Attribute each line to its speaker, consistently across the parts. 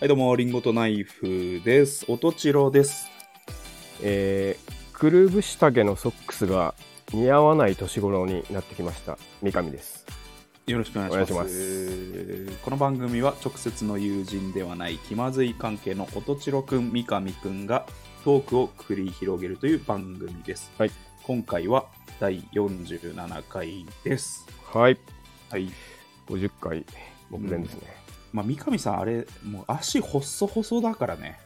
Speaker 1: はい、どうも、リンゴとナイフです。おとちろです。
Speaker 2: えー、くるぶし丈のソックスが似合わない年頃になってきました三上です
Speaker 1: よろしくお願いします。
Speaker 2: お願いします
Speaker 1: えーこの番組は直接の友人ではない気まずい関係のおとちろくん、三上くんがトークを繰り広げるという番組です。
Speaker 2: はい
Speaker 1: 今回は第47回です。
Speaker 2: はい
Speaker 1: はい。
Speaker 2: 50回目前ですね、
Speaker 1: まあ、三上さん、あれ、もう足細細だからね。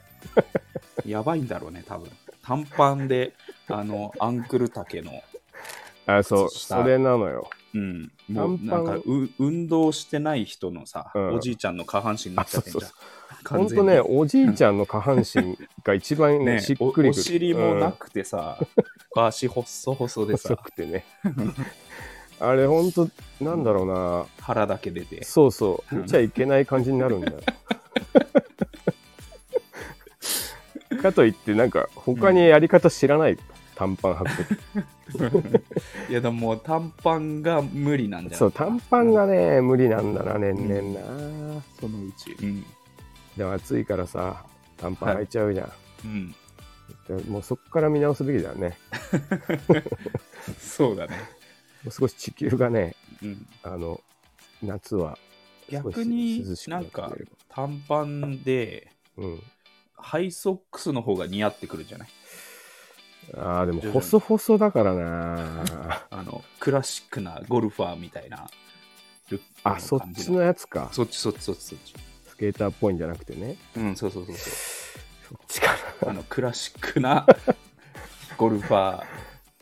Speaker 1: やばいんだろうね、多分。短パンで、あの、アンクル丈の。
Speaker 2: あそう
Speaker 1: 靴下
Speaker 2: それなのよ
Speaker 1: うん、もう
Speaker 2: 短
Speaker 1: な
Speaker 2: パ
Speaker 1: ん
Speaker 2: ン
Speaker 1: かう運動してない人のさ、
Speaker 2: うん
Speaker 1: おじいちゃんの下半身になっちゃってんじゃん
Speaker 2: あ。ほ
Speaker 1: 完
Speaker 2: ん
Speaker 1: 全
Speaker 2: と
Speaker 1: に
Speaker 2: ねおじいちゃんの下半身が一 番ね
Speaker 1: ね
Speaker 2: しっ
Speaker 1: お
Speaker 2: くり
Speaker 1: お
Speaker 2: くる
Speaker 1: 尻もな
Speaker 2: く
Speaker 1: くてさ、足細細で
Speaker 2: 細
Speaker 1: さ、
Speaker 2: く てねあれほんとなんだろうな
Speaker 1: 腹だけ出 て。
Speaker 2: そうそう
Speaker 1: うん
Speaker 2: 見ちゃいけない感じになるん だよかといってなんか他にやり方知 らない短パン履く時
Speaker 1: いやでももう短パンが無理なんだよ。
Speaker 2: そう、短パンがね、無理なんだな、年々な。
Speaker 1: そのうち。うん。
Speaker 2: でも暑いからさ、短パン履いちゃうじゃ
Speaker 1: う
Speaker 2: ん。
Speaker 1: ん、
Speaker 2: でもうそこから見直すべきだよね。
Speaker 1: そうだね。
Speaker 2: もう少し地球がね、
Speaker 1: うん、
Speaker 2: あの、夏は少し
Speaker 1: 逆に
Speaker 2: 涼しく
Speaker 1: な
Speaker 2: なんって
Speaker 1: か
Speaker 2: くれる。
Speaker 1: 短パンで
Speaker 2: うん。
Speaker 1: ハイソックスの方が似合ってくるじゃない
Speaker 2: ああ、でも
Speaker 1: 徐々に
Speaker 2: 細々だからな。
Speaker 1: あのクラシックなゴルファーみたいなルックの
Speaker 2: あ、
Speaker 1: 感じ
Speaker 2: そっちのやつか。
Speaker 1: そっちそっちそっちそっち。
Speaker 2: スケーターっぽいんじゃなくてね。
Speaker 1: うん、そうそうそうそ
Speaker 2: そっちか
Speaker 1: う。あの、クラシックな ゴルファー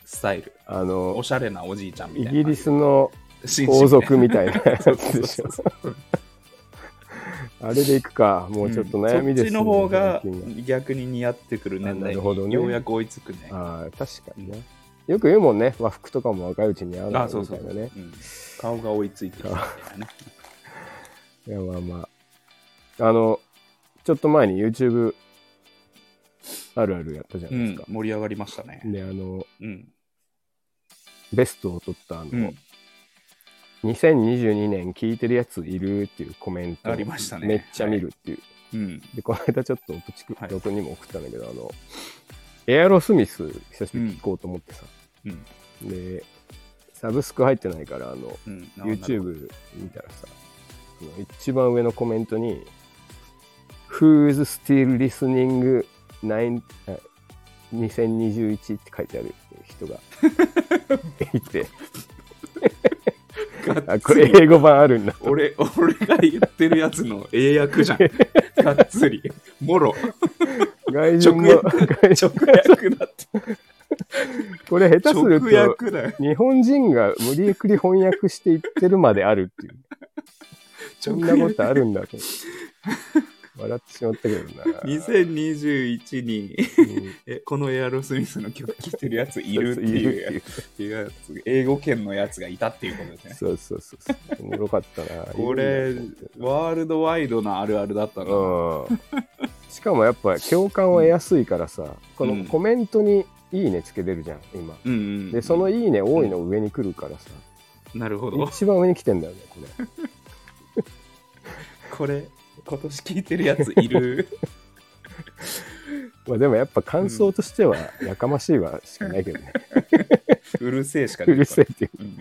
Speaker 1: スタイル。
Speaker 2: な。あ
Speaker 1: お
Speaker 2: の、
Speaker 1: しゃれなおじいちゃんみ
Speaker 2: イ
Speaker 1: たいな。
Speaker 2: ギリスの
Speaker 1: 紳士ね
Speaker 2: 王族みたいなや
Speaker 1: そう
Speaker 2: つ
Speaker 1: そう
Speaker 2: でし
Speaker 1: そ
Speaker 2: ょ
Speaker 1: う。そう
Speaker 2: あれでいくか。もうちょっと悩み
Speaker 1: そ
Speaker 2: です、ね
Speaker 1: っちの方が
Speaker 2: 最近は
Speaker 1: 逆に似合ってくる年
Speaker 2: あな
Speaker 1: 代
Speaker 2: るほど
Speaker 1: に
Speaker 2: ね
Speaker 1: ようやく追いつくね。
Speaker 2: ああ、確かにね。よく言うもんね、和服とかも若いうちに合うな
Speaker 1: あ、そう
Speaker 2: み
Speaker 1: そ
Speaker 2: た
Speaker 1: う
Speaker 2: い
Speaker 1: そ
Speaker 2: な
Speaker 1: う、
Speaker 2: ね。
Speaker 1: うん顔が追いついてきたみたいなね。
Speaker 2: いや、まあまあ。あの、ちょっと前に YouTube あるあるやったじゃ
Speaker 1: う
Speaker 2: ないです
Speaker 1: ん
Speaker 2: か、。
Speaker 1: 盛り上がりましたね。
Speaker 2: で、あの、
Speaker 1: うん。
Speaker 2: ベストを取ったあの、
Speaker 1: うん。
Speaker 2: 2022年聞いてるやついるっていうコメント
Speaker 1: ありましたね
Speaker 2: めっちゃ見るっていう。
Speaker 1: うん。
Speaker 2: で、この間ちょっとプチク
Speaker 1: はい
Speaker 2: ロ君にも送ったんだけど、あの、エアロスミス久しぶりに聞こうと思ってさ。
Speaker 1: うん。
Speaker 2: で、サブスク入ってないから、あの、
Speaker 1: うん。な
Speaker 2: YouTube 見たらさ、その一番上のコメントに、Who's still listening 9あ2021って書いてある 人がいて、
Speaker 1: なるほど
Speaker 2: あ、これ英語版あるんだと。
Speaker 1: 俺、俺が言ってるやつの英訳じゃん。がっつり。もろ。
Speaker 2: 外人
Speaker 1: 直
Speaker 2: も、
Speaker 1: 訳直訳だって。
Speaker 2: これ下手する
Speaker 1: 直
Speaker 2: と、
Speaker 1: 訳だよ。
Speaker 2: 日本人が無理くり翻訳していってるまであるっていう、そんな
Speaker 1: 直
Speaker 2: こ
Speaker 1: 訳
Speaker 2: とあるんだと。笑ってしまったけどな。
Speaker 1: 2021に
Speaker 2: うん
Speaker 1: えこのエアロスミスの曲聴いてるやついるっていうやつ英語圏のやつがいたっていうことですね。
Speaker 2: そうそうそうそう。おもろかったな。
Speaker 1: これワールドワイドなあるあるだったの。
Speaker 2: うん、しかもやっぱ共感を得やすいからさ、こ
Speaker 1: うん
Speaker 2: のコメントに「いいね」つけてるじゃん今
Speaker 1: うんうん、
Speaker 2: でその「いいね」多いの上に来るからさ、
Speaker 1: なるほど。
Speaker 2: 一番上に来てんだよねこれ
Speaker 1: これ今年聴いてるやつい る。
Speaker 2: まあでもやっぱ感想としては「やかましいわ」しかない けどね
Speaker 1: うるせえし
Speaker 2: 「
Speaker 1: か
Speaker 2: う
Speaker 1: 出
Speaker 2: る
Speaker 1: て
Speaker 2: せ
Speaker 1: こ
Speaker 2: え」って
Speaker 1: ない、うん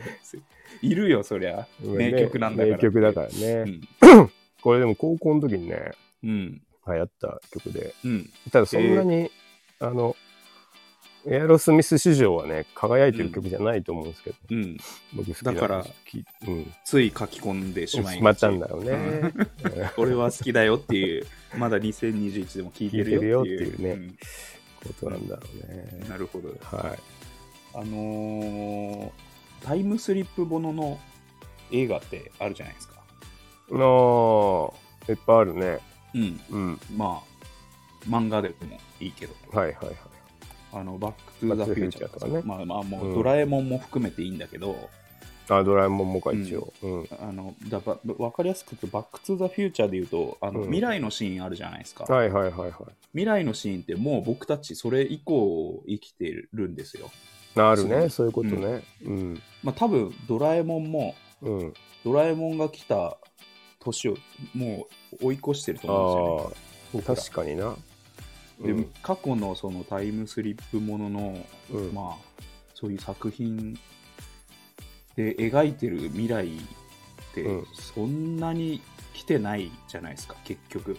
Speaker 1: いるよそりゃ。
Speaker 2: いう、
Speaker 1: 名曲なんだから。
Speaker 2: 名曲だからね、
Speaker 1: うん
Speaker 2: これでも高校の時にね
Speaker 1: うん。
Speaker 2: 流行った曲で
Speaker 1: うん。
Speaker 2: ただそんなに、あのエアロスミス史上はね輝いてる曲じゃないと思うんですけど、
Speaker 1: うん。
Speaker 2: 僕好きな
Speaker 1: だから
Speaker 2: 聞いうん、
Speaker 1: つい書き込んでしまい
Speaker 2: しまったんだろうね。
Speaker 1: 俺は好きだよっていう、まだ2021でも聞いてるよっていう。
Speaker 2: 聞いてるよっていうことなんだろ
Speaker 1: う
Speaker 2: うね
Speaker 1: ん。なるほど。
Speaker 2: はい。
Speaker 1: あのータイムスリップものの映画ってあるじゃないですか。
Speaker 2: ああ、いっぱいあるね。
Speaker 1: うん。
Speaker 2: うん。
Speaker 1: まあ、漫画でもいいけど、
Speaker 2: はいはいはい。
Speaker 1: あの、バックトゥーザフューチャーとか
Speaker 2: バックトゥザフューチャーとかね
Speaker 1: まあまあ、もう、
Speaker 2: うん
Speaker 1: ドラえもんも含めていいんだけど、
Speaker 2: あ、ドラえもんもか、一応。うん。
Speaker 1: あの、だばわかりやすく言うと、バックトゥザフューチャーで言うと、あの、
Speaker 2: うん
Speaker 1: 未来のシーンあるじゃないですか。
Speaker 2: はいはいはいはい。
Speaker 1: 未来のシーンってもう僕たちそれ以降生きてるんですよ。
Speaker 2: ある
Speaker 1: そう
Speaker 2: ね、そういうことね。うん。
Speaker 1: まあ多分ドラえもんも
Speaker 2: うん。
Speaker 1: ドラえもんが来た年をもう追い越してると思
Speaker 2: あ
Speaker 1: うんですよね。僕ら
Speaker 2: あ、確かにな。
Speaker 1: で、過去のそのタイムスリップものの、
Speaker 2: うん
Speaker 1: まあ、そういう作品で描いてる未来って、
Speaker 2: うん
Speaker 1: そんなに来てないじゃないですか、結局。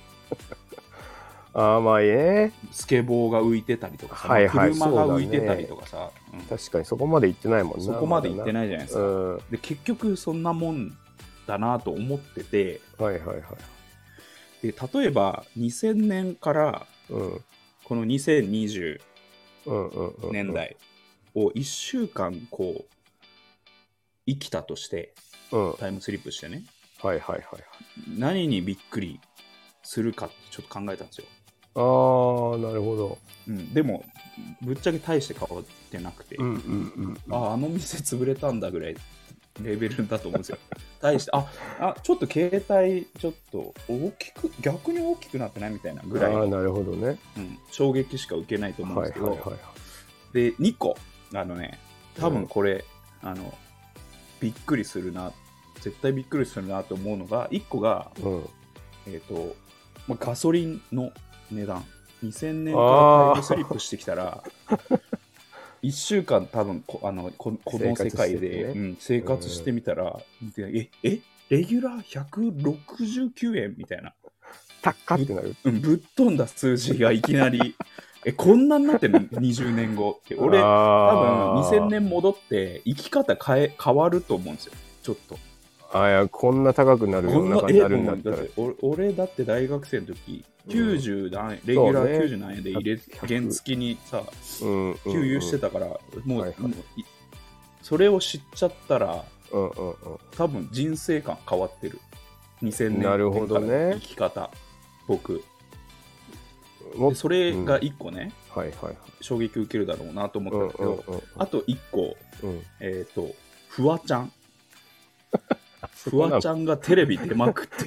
Speaker 2: ああ、まあいいね。
Speaker 1: スケボーが浮いてたりとかさ、
Speaker 2: はいはい
Speaker 1: 車が浮いて
Speaker 2: そうだ
Speaker 1: た
Speaker 2: ね
Speaker 1: りとかさ、うん
Speaker 2: 確かにそこまで行ってないもんな。
Speaker 1: そこまで行って
Speaker 2: い
Speaker 1: ないじゃないです
Speaker 2: う
Speaker 1: か。
Speaker 2: ん。はい
Speaker 1: で結局そんなもんだなと思ってて
Speaker 2: はいはい。
Speaker 1: で例えば2000年から
Speaker 2: うん。
Speaker 1: この2020
Speaker 2: うんうんうんうん。
Speaker 1: 年。代を1週間こう生きたとして
Speaker 2: うん。はい
Speaker 1: タイムスリップしてね
Speaker 2: はいはいはい。
Speaker 1: 何にびっくりするかってちょっと考えたんですよ、
Speaker 2: ああ、なるほど。
Speaker 1: うん、でもぶっちゃけ大して変わってなくて、
Speaker 2: うんうんうん。
Speaker 1: ああの店潰れたんだぐらいレベルだと思うんですよ。 対してああちょっと携帯ちょっと大きく逆に大きくなってないみたいなぐらい
Speaker 2: ああ、
Speaker 1: の、
Speaker 2: なるほどね。
Speaker 1: うん衝撃しか受けないと思うん
Speaker 2: は
Speaker 1: で
Speaker 2: い
Speaker 1: すけ
Speaker 2: はい
Speaker 1: ど、
Speaker 2: はいはい。
Speaker 1: で2個あのね多分これ、あのびっくりするな絶対びっくりするなと思うのが1個が、
Speaker 2: うん。
Speaker 1: えーとまあ、ガソリンの値段2000年からタ
Speaker 2: あー
Speaker 1: イムスリップしてきた ら1週間多分こあのここの世界で
Speaker 2: 生活しててね
Speaker 1: うん生活してみたら、でええレギュラー169円みたいな、
Speaker 2: タッカってなる。
Speaker 1: うん、ぶっ飛んだ数字がいきなり えこんなになってるの20年後って俺多分
Speaker 2: 多
Speaker 1: 2000年戻って生き方変え変わると思うんですよちょっと。
Speaker 2: ああいやこんな高くなる
Speaker 1: こ
Speaker 2: 世
Speaker 1: んな
Speaker 2: の中
Speaker 1: え
Speaker 2: になるんだっ
Speaker 1: も
Speaker 2: た
Speaker 1: う
Speaker 2: ら
Speaker 1: だって俺俺だって大学生の時
Speaker 2: うん
Speaker 1: 90何円、レギュラ
Speaker 2: そうね
Speaker 1: ー90何円で入れ
Speaker 2: 100
Speaker 1: 原付きにさ
Speaker 2: うんうん
Speaker 1: 給油してたから、もう,、
Speaker 2: はいはい
Speaker 1: もういそれを知っちゃったら
Speaker 2: うんうんうん
Speaker 1: 多分人生観変わってる2000年
Speaker 2: なるほどね
Speaker 1: からの生き方僕
Speaker 2: も
Speaker 1: でそれが1個ね、
Speaker 2: はいはいはい
Speaker 1: 衝撃受けるだろうなと思った
Speaker 2: うんん
Speaker 1: だけ
Speaker 2: う
Speaker 1: ど、
Speaker 2: んうん
Speaker 1: あと1個
Speaker 2: うん
Speaker 1: えっ、とフワち ゃんフワちゃんがテレビ出まくって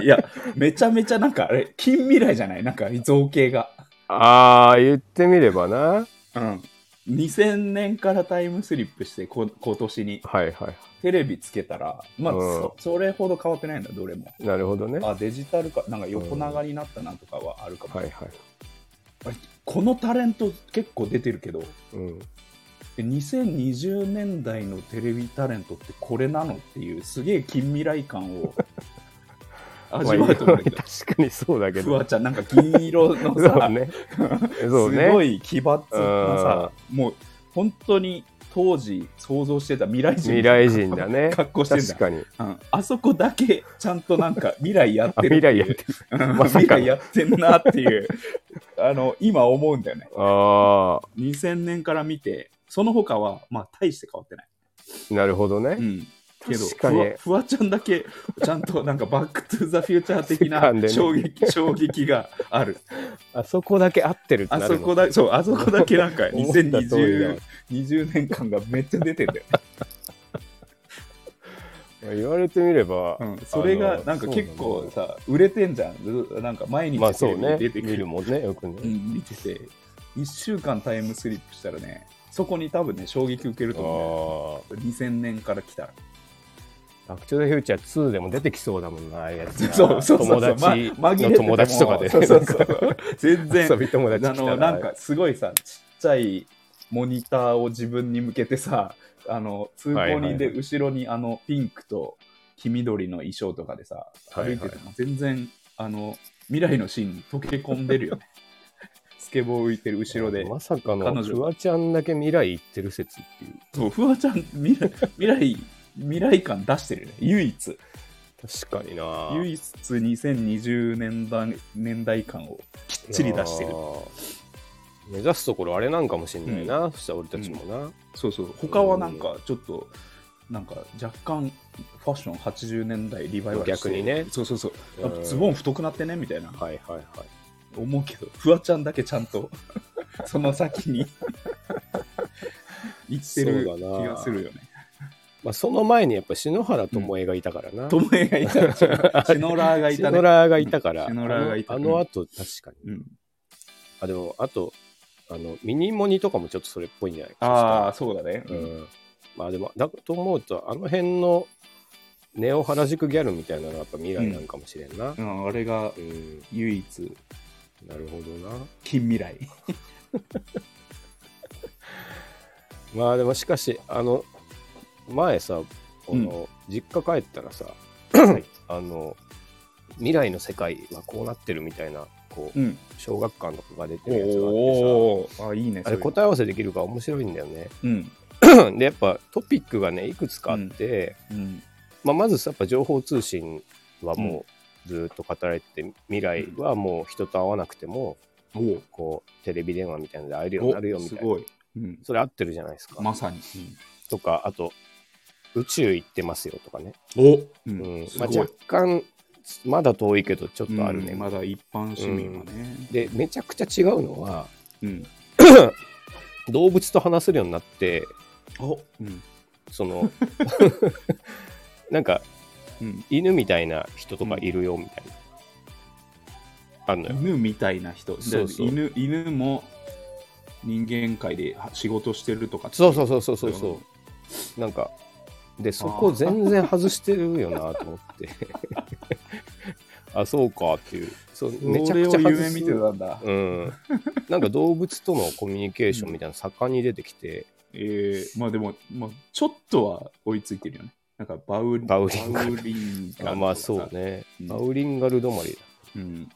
Speaker 1: る。い や、めちゃめちゃなんかあれ、近未来じゃないなんか造形が。
Speaker 2: ああ言ってみればなはい
Speaker 1: うん。2000年からタイムスリップして、こ今年に
Speaker 2: はいは
Speaker 1: テレビつけたら、まあ、
Speaker 2: うん
Speaker 1: そそれほど変わってないんだ、どれも。
Speaker 2: いなるほどねは
Speaker 1: あ、デジタルか、なんか横長になったなとかはあるかも。
Speaker 2: いはい
Speaker 1: あれこのタレント結構出てるけど、
Speaker 2: うん
Speaker 1: え2020年代のテレビタレントってこれなのっていう、すげえ近未来感 を味わうと思うんだけど。
Speaker 2: まあ確かにそうだけ
Speaker 1: フ
Speaker 2: ど
Speaker 1: ワちゃんなんか銀色の
Speaker 2: そ
Speaker 1: さ、
Speaker 2: うね
Speaker 1: す
Speaker 2: そうね
Speaker 1: ごい奇抜なさ、もう本当に当時想像してた未来人
Speaker 2: 未来人だね
Speaker 1: 格好してん
Speaker 2: 確
Speaker 1: だ、
Speaker 2: かに
Speaker 1: うんあそこだけちゃんとなんか未来やっ
Speaker 2: あ
Speaker 1: てる
Speaker 2: 未来やってる
Speaker 1: うん
Speaker 2: まさ
Speaker 1: 未
Speaker 2: かの
Speaker 1: 来やってんなっていう あの今思うんだよね
Speaker 2: あ
Speaker 1: 2000年から見てその他はまあ大して変わってない、
Speaker 2: あなるほど
Speaker 1: う
Speaker 2: ね
Speaker 1: ん、けど
Speaker 2: 確かに
Speaker 1: フワフワちゃんだけちゃんとなんかバック・トゥ・ザ・フューチャー的
Speaker 2: 世界で
Speaker 1: な
Speaker 2: ね
Speaker 1: 衝撃,、衝撃がある
Speaker 2: あそこだけ合ってるって
Speaker 1: あ
Speaker 2: な
Speaker 1: そ
Speaker 2: る
Speaker 1: こ
Speaker 2: の
Speaker 1: だ、そう、あそこだけなんか
Speaker 2: 思った通りだ
Speaker 1: 2020 20年間がめっちゃ出てんだよ。
Speaker 2: 言われてみれば
Speaker 1: うんそれ
Speaker 2: あ
Speaker 1: が
Speaker 2: の
Speaker 1: なんか結
Speaker 2: そう
Speaker 1: 構
Speaker 2: なんだ
Speaker 1: さ、売れてんじゃん。ずなんか毎日
Speaker 2: まあ
Speaker 1: テ
Speaker 2: そ
Speaker 1: レ
Speaker 2: う
Speaker 1: ビ
Speaker 2: ね
Speaker 1: に出
Speaker 2: 見
Speaker 1: てくる
Speaker 2: る。もんねよく
Speaker 1: う
Speaker 2: ね
Speaker 1: ん見てて、1週間タイムスリップしたらね、そこに多分ね、衝撃受けると思
Speaker 2: ああ
Speaker 1: うね。2000年から来たら。
Speaker 2: バック・トゥ・ザ・フューチャー2でも出てきそうだもんな、ああいうやつが。
Speaker 1: そうそうそう。
Speaker 2: 友達
Speaker 1: ま紛れて
Speaker 2: の
Speaker 1: ても
Speaker 2: 友達とかで、ね、
Speaker 1: そうそうそう。 全然
Speaker 2: 遊、び友達
Speaker 1: あ
Speaker 2: 来たら
Speaker 1: のなんかすごいさちっちゃいモニターを自分に向けてさあの通行人で
Speaker 2: はい
Speaker 1: 後ろにあのピンクと黄緑の衣装とかでさ
Speaker 2: は
Speaker 1: 歩
Speaker 2: いはい
Speaker 1: いてても全然あの未来のシーンに溶け込んで るよねスケボー浮いてる後ろで
Speaker 2: まさか
Speaker 1: 彼
Speaker 2: の、
Speaker 1: 女
Speaker 2: フワちゃんだけ未来行ってる説っていう。
Speaker 1: そうフワちゃん未来未来未来感出してるね唯一
Speaker 2: 確かにな。
Speaker 1: 唯一2020年代年代感をきっちり出してる
Speaker 2: あー。目指すところあれなんかもしんないな、そしたら俺たちもな。
Speaker 1: そうそう他はなんかちょっとなんか若干ファッション80年代リバイバルして
Speaker 2: 逆にね
Speaker 1: そうそうそう
Speaker 2: うん
Speaker 1: あズボン太くなってねみたいな
Speaker 2: はいはいはい。
Speaker 1: 思うけどフワちゃんだけちゃんと その先 に行ってる
Speaker 2: そう
Speaker 1: 気
Speaker 2: だな
Speaker 1: がするよね
Speaker 2: まあ、その前にやっぱ篠原智恵がいたからな。
Speaker 1: トモエがいたしシノラーがいた
Speaker 2: 篠
Speaker 1: ね
Speaker 2: 原がいたから、
Speaker 1: うん篠原がいた
Speaker 2: あのあの後確かに。
Speaker 1: うん、
Speaker 2: あ、でも、あと、あの、ミニモニとかもちょっとそれっぽいんじゃない
Speaker 1: ああそうだね、
Speaker 2: うんまあでも、だと思うと、あの辺のネオ原宿ギャルみたいなのはやっぱ未来なんかもしれんな。
Speaker 1: うん、あれが
Speaker 2: うん、
Speaker 1: 唯一
Speaker 2: なるほどな。
Speaker 1: 近未来
Speaker 2: まあでもしかし、あの、前さ、この、実家帰ったらさ、
Speaker 1: はい
Speaker 2: あの、未来の世界はこうなってるみたいな、こう、
Speaker 1: うん
Speaker 2: 小学館とかが出てるやつがあって
Speaker 1: おーあいいね
Speaker 2: さ、あれ
Speaker 1: そういうの
Speaker 2: 答え合わせできるから面白いんだ よね。
Speaker 1: うん
Speaker 2: で、やっぱトピックがね、いくつかあって、
Speaker 1: うん
Speaker 2: まあ、まずさやっぱ情報通信はもうずーっと語られてて、未来はもう人と会わなくても、
Speaker 1: おー
Speaker 2: こうテレビ電話みたいなので会えるようになるよみたい
Speaker 1: す
Speaker 2: な
Speaker 1: ごい、うん、
Speaker 2: それ合ってるじゃないですか、
Speaker 1: まさに、
Speaker 2: とかあと宇宙行ってますよとかね、
Speaker 1: お、う
Speaker 2: うん
Speaker 1: んす
Speaker 2: ま
Speaker 1: ご
Speaker 2: あ、
Speaker 1: い、
Speaker 2: 若干まだ遠いけどちょっとあるね、
Speaker 1: うんまだ一般市民はね、
Speaker 2: でめちゃくちゃ違うのは
Speaker 1: うん、
Speaker 2: 動物と話せるようになって
Speaker 1: お、うん、
Speaker 2: そ のなんか
Speaker 1: うん、
Speaker 2: 犬みたいな人とかいるよみたいな、あんのよ
Speaker 1: 犬みたいな人、
Speaker 2: そうそう
Speaker 1: で犬犬も人間界で仕事してるとか、
Speaker 2: そうそうそうそうそ
Speaker 1: そう
Speaker 2: う
Speaker 1: いう
Speaker 2: そう、なんかでそこ全然外してるよなと思って あそうかっていうそうめちゃくちゃ
Speaker 1: それ
Speaker 2: 外
Speaker 1: を夢
Speaker 2: す
Speaker 1: 見てたんだ。
Speaker 2: うん、なんか動物とのコミュニケーションみたいなの盛んに出てきて、
Speaker 1: えー、まあでも、まあ、ちょっとは追いついてるよね。なんかバウ
Speaker 2: バウリンガル
Speaker 1: バウリンガルとか
Speaker 2: あ
Speaker 1: さ
Speaker 2: まあそう。ね、
Speaker 1: うん
Speaker 2: バウリンガル止まり
Speaker 1: うん。
Speaker 2: だ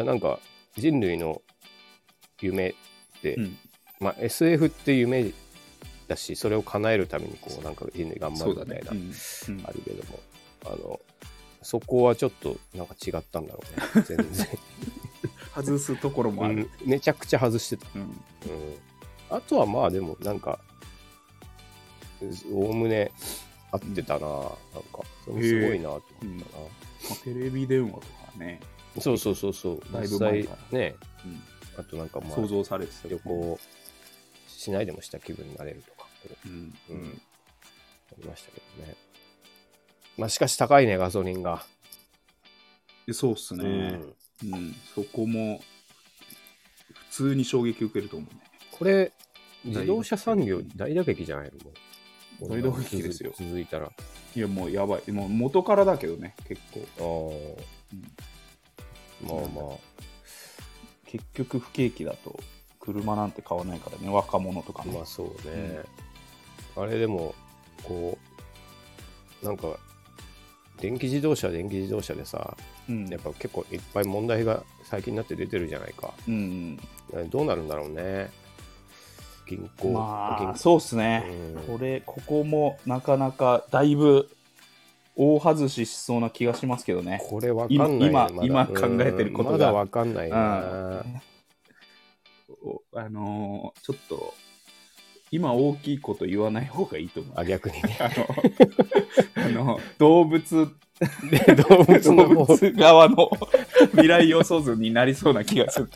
Speaker 2: ななんか人類の夢って、
Speaker 1: うん
Speaker 2: まあ、SF って夢だしそれを叶えるためにこうなんか人類頑張
Speaker 1: そう
Speaker 2: る
Speaker 1: だ
Speaker 2: みたい
Speaker 1: ね
Speaker 2: な。
Speaker 1: うんうん
Speaker 2: あるけども、あの、そこはちょっとなんか違ったんだろうね、全然。
Speaker 1: 外すところもあ
Speaker 2: う
Speaker 1: る
Speaker 2: ん。めちゃくちゃ外してた。
Speaker 1: うん
Speaker 2: うん、あとはまあでも、なんか、おおむね合ってたな、なんか、それもすごいなと思ったな。
Speaker 1: まあテレビ電話とかね、
Speaker 2: そうそうそうそう、
Speaker 1: だいぶ
Speaker 2: 実
Speaker 1: 前
Speaker 2: 際
Speaker 1: から
Speaker 2: ね、
Speaker 1: うん
Speaker 2: あとなんかまあ
Speaker 1: 想、像されてたよ
Speaker 2: 旅行しないでもした気分になれるとか、
Speaker 1: うん。
Speaker 2: う
Speaker 1: うんん。
Speaker 2: ありましたけどね。まあしかし高いね、ガソリンが。
Speaker 1: でそうっすね。
Speaker 2: うん
Speaker 1: うん、そこも普通に衝撃受けると思うね。
Speaker 2: これ、自動車産業大打撃じゃないのもう
Speaker 1: 大打撃ですよ
Speaker 2: 続続いたら。あ
Speaker 1: いや、もうやばい。もう元からだけどね、結構。う
Speaker 2: ー
Speaker 1: ん
Speaker 2: まあまあ。
Speaker 1: 結局、不景気だと車なんて買わないからね、若者とかね。
Speaker 2: まあそうね。あれでも、こう、なんか、電気自動車は電気自動車でさ、
Speaker 1: うん
Speaker 2: やっぱ結構いっぱい問題が最近になって出てるじゃないか。
Speaker 1: うん、
Speaker 2: どうなるんだろうね。銀行、銀
Speaker 1: まあ
Speaker 2: 行
Speaker 1: そうっすね、これここもなかなかだいぶ大外ししそうな気がしますけどね
Speaker 2: これわかんないね
Speaker 1: 今
Speaker 2: まだ
Speaker 1: 今考えてることが
Speaker 2: うんまだわかんない
Speaker 1: あ
Speaker 2: な。
Speaker 1: おあのーちょっと今大きいこと言わない方がいいと思う
Speaker 2: あ、逆にね。
Speaker 1: あのあの動物
Speaker 2: で 動物の
Speaker 1: 動
Speaker 2: 方
Speaker 1: 物側の未来予想図になりそうな気がする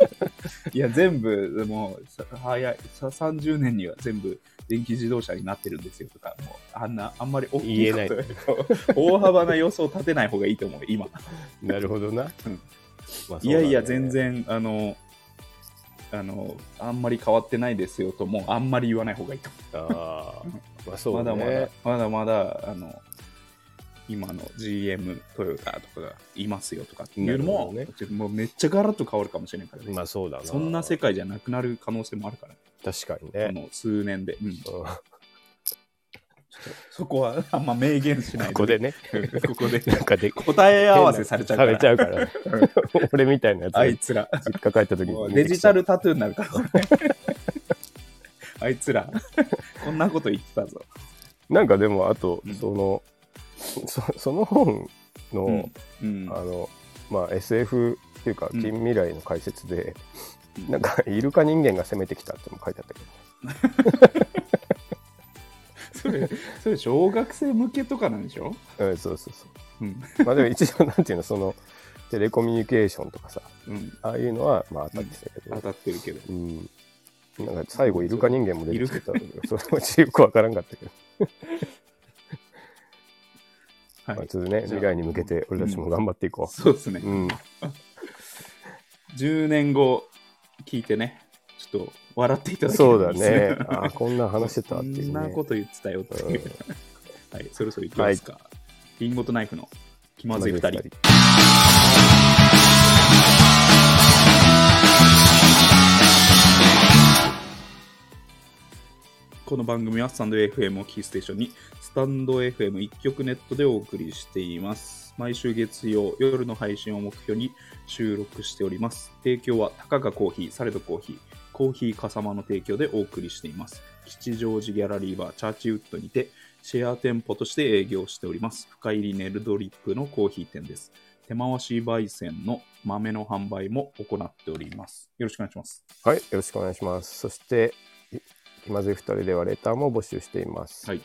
Speaker 1: いや全部もうさ早いさ30年には全部電気自動車になってるんですよとかもうあんなあんまり大きいこと
Speaker 2: 言
Speaker 1: 大幅な予想立てない方がいいと思う 今
Speaker 2: なるほどな。
Speaker 1: うん
Speaker 2: まあ
Speaker 1: いやいや全。然あのあのあんまり変わってないですよともあんまり言わない方がいいと思う
Speaker 2: そうなんだよねああ、まあそう
Speaker 1: まだまだま
Speaker 2: ね。
Speaker 1: だまだあの今の GM トヨタとかがいますよとかっていうのも,、
Speaker 2: なるほ
Speaker 1: もうめっちゃガラッと変わるかもしれないからね、
Speaker 2: まあそうだな。
Speaker 1: そんな世界じゃなくなる可能性もあるからね
Speaker 2: 確かに
Speaker 1: こ
Speaker 2: ね。
Speaker 1: の数年で、うん
Speaker 2: うん
Speaker 1: そこはあんま明言しない
Speaker 2: ここでね、
Speaker 1: うんここで
Speaker 2: なん かで
Speaker 1: 答え合わせされちゃうから
Speaker 2: されちゃうからね 俺みたいなやつ
Speaker 1: あ
Speaker 2: が
Speaker 1: いつら
Speaker 2: 実家帰った時
Speaker 1: もう
Speaker 2: に。
Speaker 1: デジタル。タトゥーになるからこれあいつら こんなこと言ってたぞ、
Speaker 2: なんかでも、あと
Speaker 1: うん、
Speaker 2: その、そその本の、
Speaker 1: うん
Speaker 2: あの、まあ SF っていうか、
Speaker 1: うん
Speaker 2: 近未来の解説で、
Speaker 1: うん
Speaker 2: なんか、イルカ人間が攻めてきたってのも書いてあったけど。
Speaker 1: それそれ小学生向けとかなんでしょ、
Speaker 2: うん、そうそうそ
Speaker 1: うん
Speaker 2: う。 まあでも一応、なんていうの、その、テレコミュニケーションとかさ、
Speaker 1: うん、
Speaker 2: ああいうのは、まあ、当たってたけど、
Speaker 1: 当たってるけど
Speaker 2: うん。なんか最後、イルカ人間も出てきてたけど、それもよくわからんかったけど、
Speaker 1: はい、
Speaker 2: まあ、ちょっとね、
Speaker 1: じゃあ
Speaker 2: 未来に向けて俺たちも頑張っていこ
Speaker 1: そうですね
Speaker 2: う。うん。
Speaker 1: 10年後聞いてねちょっと笑っていただけた
Speaker 2: そ
Speaker 1: ら
Speaker 2: うだ
Speaker 1: いいです
Speaker 2: ね。ああ、こんなん話してたっていう
Speaker 1: そんな
Speaker 2: ね
Speaker 1: こ。と言ってたよっていう、
Speaker 2: うん
Speaker 1: はいそろそろ行きますか、リンゴとナイフの気まずい2人。この番組はスタンド FM をキーステーションにスタンド FM 一曲ネットでお送りしています。毎週月曜夜の配信を目標に収録しております。提供はたかがコーヒー、されどコーヒー、コーヒーかさまの提供でお送りしています。吉祥寺ギャラリーバーチャーチウッドにてシェア店舗として営業しております。深入りネルドリップのコーヒー店です。手回し焙煎の豆の販売も行っております。よろしくお願いします。
Speaker 2: はい、よろしくお願いします。そして、い気まずい2人ではレターも募集しています。
Speaker 1: はい。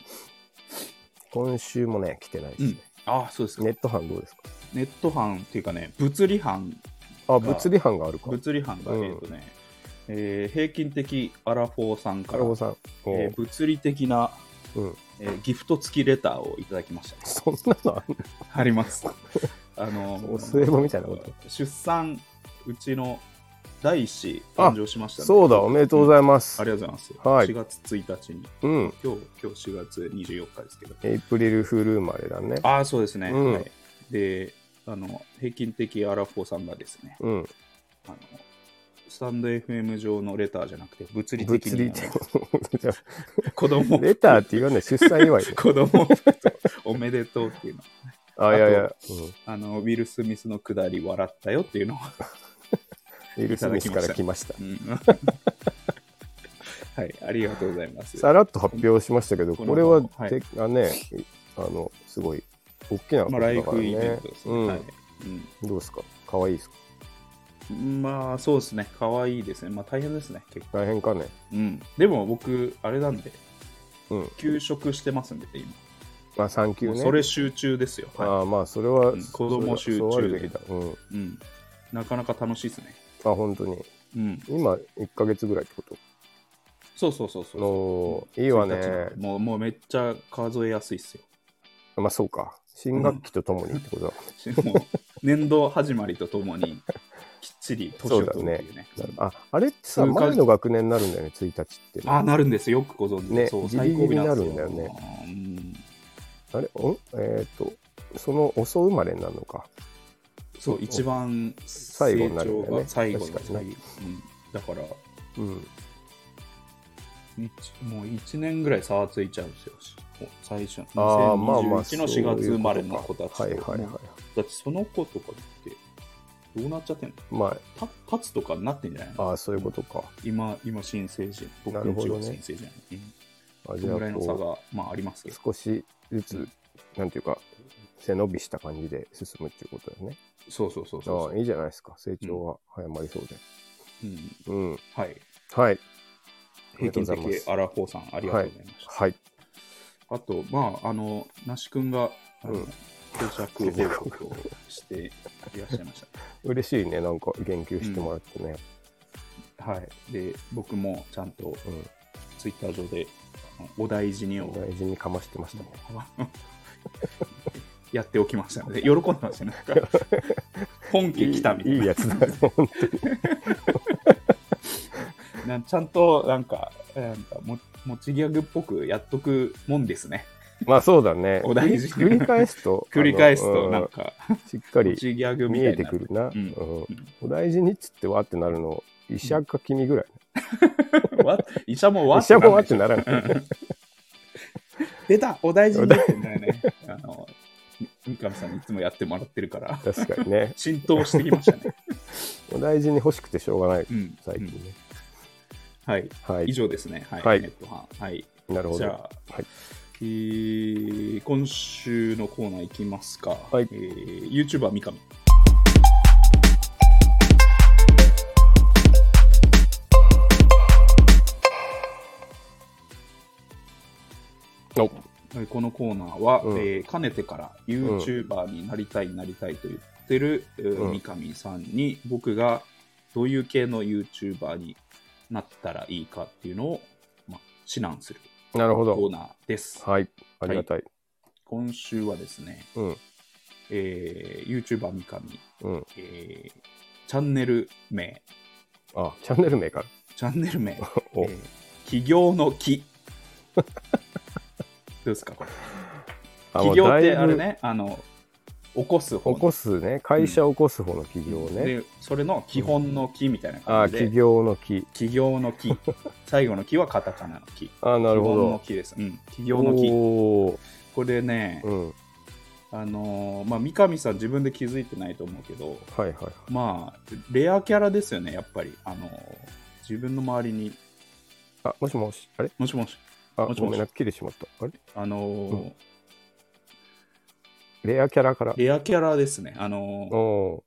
Speaker 2: 今週もね、来てないですね。
Speaker 1: ああ、そうですか。
Speaker 2: ネット班どうですか
Speaker 1: ネット班っていうかね、物理班、
Speaker 2: あ、物理班があるか。
Speaker 1: 物理班が、
Speaker 2: うん
Speaker 1: えーとねえー平均的アラフォーさんか
Speaker 2: カ
Speaker 1: ら
Speaker 2: ラ、ボさん。お
Speaker 1: えー物理的な、
Speaker 2: うん、
Speaker 1: えーギフト付きレターをいただきました。
Speaker 2: そんなのあん
Speaker 1: あり ます。あの
Speaker 2: のお歳暮みたいなこと。
Speaker 1: 出産、うちの第一子、
Speaker 2: あ
Speaker 1: 誕生しましたね
Speaker 2: そうだ、おめでとうございます。
Speaker 1: ありがとうございます。
Speaker 2: はい
Speaker 1: 4月1日に、
Speaker 2: うん。
Speaker 1: 今日、今日4月24日ですけど。
Speaker 2: エイプリルフール生まれだね。
Speaker 1: ああ、そうですね、
Speaker 2: うん
Speaker 1: はい。で、あの、平均的アラフォーさんがですね、
Speaker 2: うん。
Speaker 1: あの、スタンド FM 上のレターじゃなくて、物理的
Speaker 2: 物
Speaker 1: に
Speaker 2: 理
Speaker 1: あ
Speaker 2: 的
Speaker 1: の。子供
Speaker 2: な
Speaker 1: を
Speaker 2: レターって言わない、出産祝 いね。
Speaker 1: 子供を吹くとおめでとうっていうの。
Speaker 2: あ、いやいや、
Speaker 1: あの、ウィル・スミスのくだり笑ったよっていうのは。
Speaker 2: うん。ウィル・スミスから来ました。
Speaker 1: うん はい、ありがとうございます。
Speaker 2: さらっと発表しましたけど、
Speaker 1: こ
Speaker 2: こ
Speaker 1: の
Speaker 2: れは、
Speaker 1: はい
Speaker 2: てあね、あの、すごい、大きなこ
Speaker 1: ま
Speaker 2: と
Speaker 1: あ、
Speaker 2: だから
Speaker 1: ライフイベン
Speaker 2: ね
Speaker 1: トですね。
Speaker 2: う
Speaker 1: はい
Speaker 2: ん。どうですか可愛いですか
Speaker 1: うん、まあ、そうですね。可愛いですね。まあ、大変ですね、結構。
Speaker 2: 大変かね
Speaker 1: うん。でも僕、あれなんで、
Speaker 2: うん。
Speaker 1: 休職してますんで、今。
Speaker 2: まあ、産休
Speaker 1: もう
Speaker 2: ね。
Speaker 1: それ集中ですよ。
Speaker 2: あ
Speaker 1: は
Speaker 2: あまあ、それは、
Speaker 1: うん子供集中
Speaker 2: そうあるべきだ。うん。
Speaker 1: い。うん。なかなか楽しいですね。
Speaker 2: あ、本当に。
Speaker 1: うん。
Speaker 2: 今、1ヶ月ぐらいってこと
Speaker 1: そうそうそうそう。
Speaker 2: おーいいわね
Speaker 1: 1日。もう、もうめっちゃ数えやすいっすよ。
Speaker 2: まあ、そうか。新学期とともにってことだ。
Speaker 1: もう年度始まりとともにきっちり年を取るっていうね。
Speaker 2: あ、あれってさ、
Speaker 1: 数ヶ月
Speaker 2: 前の学年になるんだよね、1日ってね、
Speaker 1: ああ、なるんですよ。よくご存知で。
Speaker 2: ね
Speaker 1: そう、
Speaker 2: ギリ
Speaker 1: 最
Speaker 2: ギ
Speaker 1: 高
Speaker 2: リ
Speaker 1: 日なんです
Speaker 2: になるんだよ
Speaker 1: うん
Speaker 2: あれんえっ、と、その遅生まれになるのか。
Speaker 1: そう、一番成
Speaker 2: 最後になるん
Speaker 1: 長
Speaker 2: だよ
Speaker 1: が
Speaker 2: ね
Speaker 1: 最後の
Speaker 2: 確か
Speaker 1: う
Speaker 2: に
Speaker 1: んだから、
Speaker 2: うん。
Speaker 1: 一もう1年ぐらい差はついちゃうんですよ。もう最初の
Speaker 2: ああ、まあまあ、
Speaker 1: 2021の4月生まれの子たちと
Speaker 2: そういうことかはいはいは
Speaker 1: もうだってその子とかってどうなっちゃってんの
Speaker 2: い。ま
Speaker 1: た立つとかになってんじゃない
Speaker 2: あ、
Speaker 1: の
Speaker 2: ああ、そういうことか。
Speaker 1: 今、今新成人。僕
Speaker 2: なる
Speaker 1: の
Speaker 2: ほどね
Speaker 1: 新成人。うん
Speaker 2: あ
Speaker 1: そ
Speaker 2: じゃ
Speaker 1: の
Speaker 2: あ
Speaker 1: ぐらいの差
Speaker 2: こ
Speaker 1: が、まあ、ありますけ
Speaker 2: う
Speaker 1: ど。
Speaker 2: 少しずつ、なんていうか、背伸びした感じで進むっていうことだよね。
Speaker 1: そうそうそうそう
Speaker 2: ああ、いいじゃないですか。成長は早まりそうで。
Speaker 1: うん。
Speaker 2: うん。
Speaker 1: はい。
Speaker 2: はい。あ
Speaker 1: 平
Speaker 2: りがと
Speaker 1: 均
Speaker 2: うございま
Speaker 1: 的
Speaker 2: す
Speaker 1: アラフォーさん、ありがとうございました。
Speaker 2: はい。
Speaker 1: あと、まあ、あの、那須君が、あ
Speaker 2: う
Speaker 1: の
Speaker 2: ん、
Speaker 1: 到着報告をしていらっしゃいまし
Speaker 2: 嬉しいね、なんか言及してもらってね。
Speaker 1: た。 はい。で、僕もちゃんと
Speaker 2: うん。
Speaker 1: ツイッター上で、あのお大事にを、
Speaker 2: 大事にかましてましたね。
Speaker 1: やっておきましたので、喜んでましたね。なん か本家来たみたい
Speaker 2: い
Speaker 1: な。
Speaker 2: いやつだね。 本
Speaker 1: なちゃんとなんか、なんかも持ちギャグっぽくやっとくもんですね。
Speaker 2: 当まあそうだね。
Speaker 1: お大事に。
Speaker 2: 繰り返すと
Speaker 1: 繰り返す
Speaker 2: あの
Speaker 1: と、
Speaker 2: うん
Speaker 1: なんか、
Speaker 2: しっか
Speaker 1: 持
Speaker 2: り
Speaker 1: ちギャグみ
Speaker 2: 見
Speaker 1: た
Speaker 2: え
Speaker 1: い
Speaker 2: て
Speaker 1: な
Speaker 2: く。るな。
Speaker 1: ん
Speaker 2: うん
Speaker 1: ん
Speaker 2: お大事にっつってわーってなるの、医者か君ぐらい。
Speaker 1: わ医者もわ
Speaker 2: 医者もわー
Speaker 1: っ
Speaker 2: っ
Speaker 1: て
Speaker 2: てならない。
Speaker 1: なる出たお大事にってんだよ ね。あの、三上さんにいつもやってもらってるから、
Speaker 2: 確かにね。
Speaker 1: 浸透してきましたね。
Speaker 2: お大事に欲しくてしょうがない。
Speaker 1: うん、
Speaker 2: 最近
Speaker 1: うん
Speaker 2: ね。
Speaker 1: はい。
Speaker 2: は
Speaker 1: 以
Speaker 2: い。
Speaker 1: 上ですね。はい。
Speaker 2: はい
Speaker 1: ネット版。はい。
Speaker 2: なるほ
Speaker 1: じゃ
Speaker 2: ど。
Speaker 1: あ、
Speaker 2: はい
Speaker 1: えー今週のコーナーいきますか。
Speaker 2: はい
Speaker 1: えー、YouTuber 三上。
Speaker 2: お
Speaker 1: はいこのコーナーは、
Speaker 2: うん
Speaker 1: えーかねてから YouTuber になりたい、なりたいと言ってる、えー
Speaker 2: う
Speaker 1: 三
Speaker 2: ん
Speaker 1: 上さんに僕がどういう系の YouTuber になったらいいかっていうのを、まあ、指南する
Speaker 2: なるほ
Speaker 1: コ
Speaker 2: ど
Speaker 1: ー。ナーです。
Speaker 2: はい。ありがたい。
Speaker 1: 今週はですね、
Speaker 2: うん。
Speaker 1: えー、YouTuber 三上、
Speaker 2: うん。
Speaker 1: えーチャンネル名、
Speaker 2: あ、チャンネル名から。
Speaker 1: チャンネル名、え
Speaker 2: お
Speaker 1: ー 企業の木。どうですか、これ。
Speaker 2: も
Speaker 1: 企
Speaker 2: う
Speaker 1: 業っ
Speaker 2: だい
Speaker 1: て
Speaker 2: ぶ
Speaker 1: あれね、あの、起こす方
Speaker 2: 起こすね。会社起こす方の企業ね。
Speaker 1: で、それの基本の木みたいな
Speaker 2: ああ、
Speaker 1: 感じ
Speaker 2: 企
Speaker 1: で、
Speaker 2: 業の木。
Speaker 1: 企業の 木。最後の木はカタカナの木。
Speaker 2: ああ、なるほ
Speaker 1: 基本の
Speaker 2: ど。
Speaker 1: 木です。うん、企業の木。
Speaker 2: お
Speaker 1: これね
Speaker 2: ー、うん。
Speaker 1: あのーまあ、三上さん自分で気づいてないと思うけど、
Speaker 2: はいはいはい。
Speaker 1: まあ、レアキャラですよね、やっぱり。あのー自分の周りに。
Speaker 2: あ、もしもし。あれ
Speaker 1: もしもし。
Speaker 2: あ、
Speaker 1: もしもし
Speaker 2: ごめんな、切れてしまった。あれ
Speaker 1: あのー
Speaker 2: うんレアキャラから。
Speaker 1: レアキャラですね。あのー
Speaker 2: お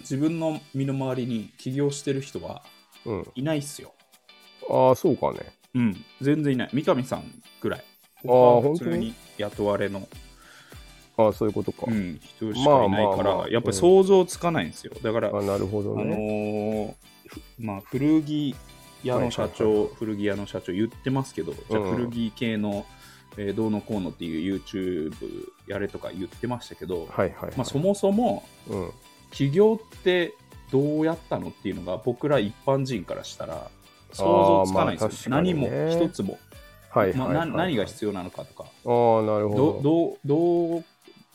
Speaker 1: 自分の身の回りに起業してる人は
Speaker 2: ーうん。
Speaker 1: いないっすよ。
Speaker 2: ああ、そうかね。
Speaker 1: うん、全然いない。三上さんぐらい。
Speaker 2: あー
Speaker 1: 他は普
Speaker 2: 本
Speaker 1: 通
Speaker 2: 当
Speaker 1: に
Speaker 2: に
Speaker 1: 雇われの、
Speaker 2: ああ、そういうことか
Speaker 1: う。ん、人しかいないから、
Speaker 2: まあまあまあ
Speaker 1: やっぱり想像つかないんですよ。だから、
Speaker 2: あなるほど
Speaker 1: あの
Speaker 2: ね。
Speaker 1: ーふまあ、古着屋の社長、
Speaker 2: はい
Speaker 1: 古着屋の社長言ってますけど、じゃあ
Speaker 2: うん
Speaker 1: 古着系の、えーどうのこうのっていう YouTube やれとか言ってましたけど、
Speaker 2: はいはいはい。
Speaker 1: まあ、そもそも
Speaker 2: うん。
Speaker 1: 起業ってどうやったのっていうのが僕ら一般人からしたら想像つかないんですよ、
Speaker 2: あーまあ
Speaker 1: 何
Speaker 2: 確か
Speaker 1: も
Speaker 2: にね
Speaker 1: 一つも、
Speaker 2: はいはい
Speaker 1: ま
Speaker 2: は
Speaker 1: あ
Speaker 2: い、
Speaker 1: な何が必要なのかとか
Speaker 2: 要ああ、なる
Speaker 1: ど
Speaker 2: ほど。
Speaker 1: どうどう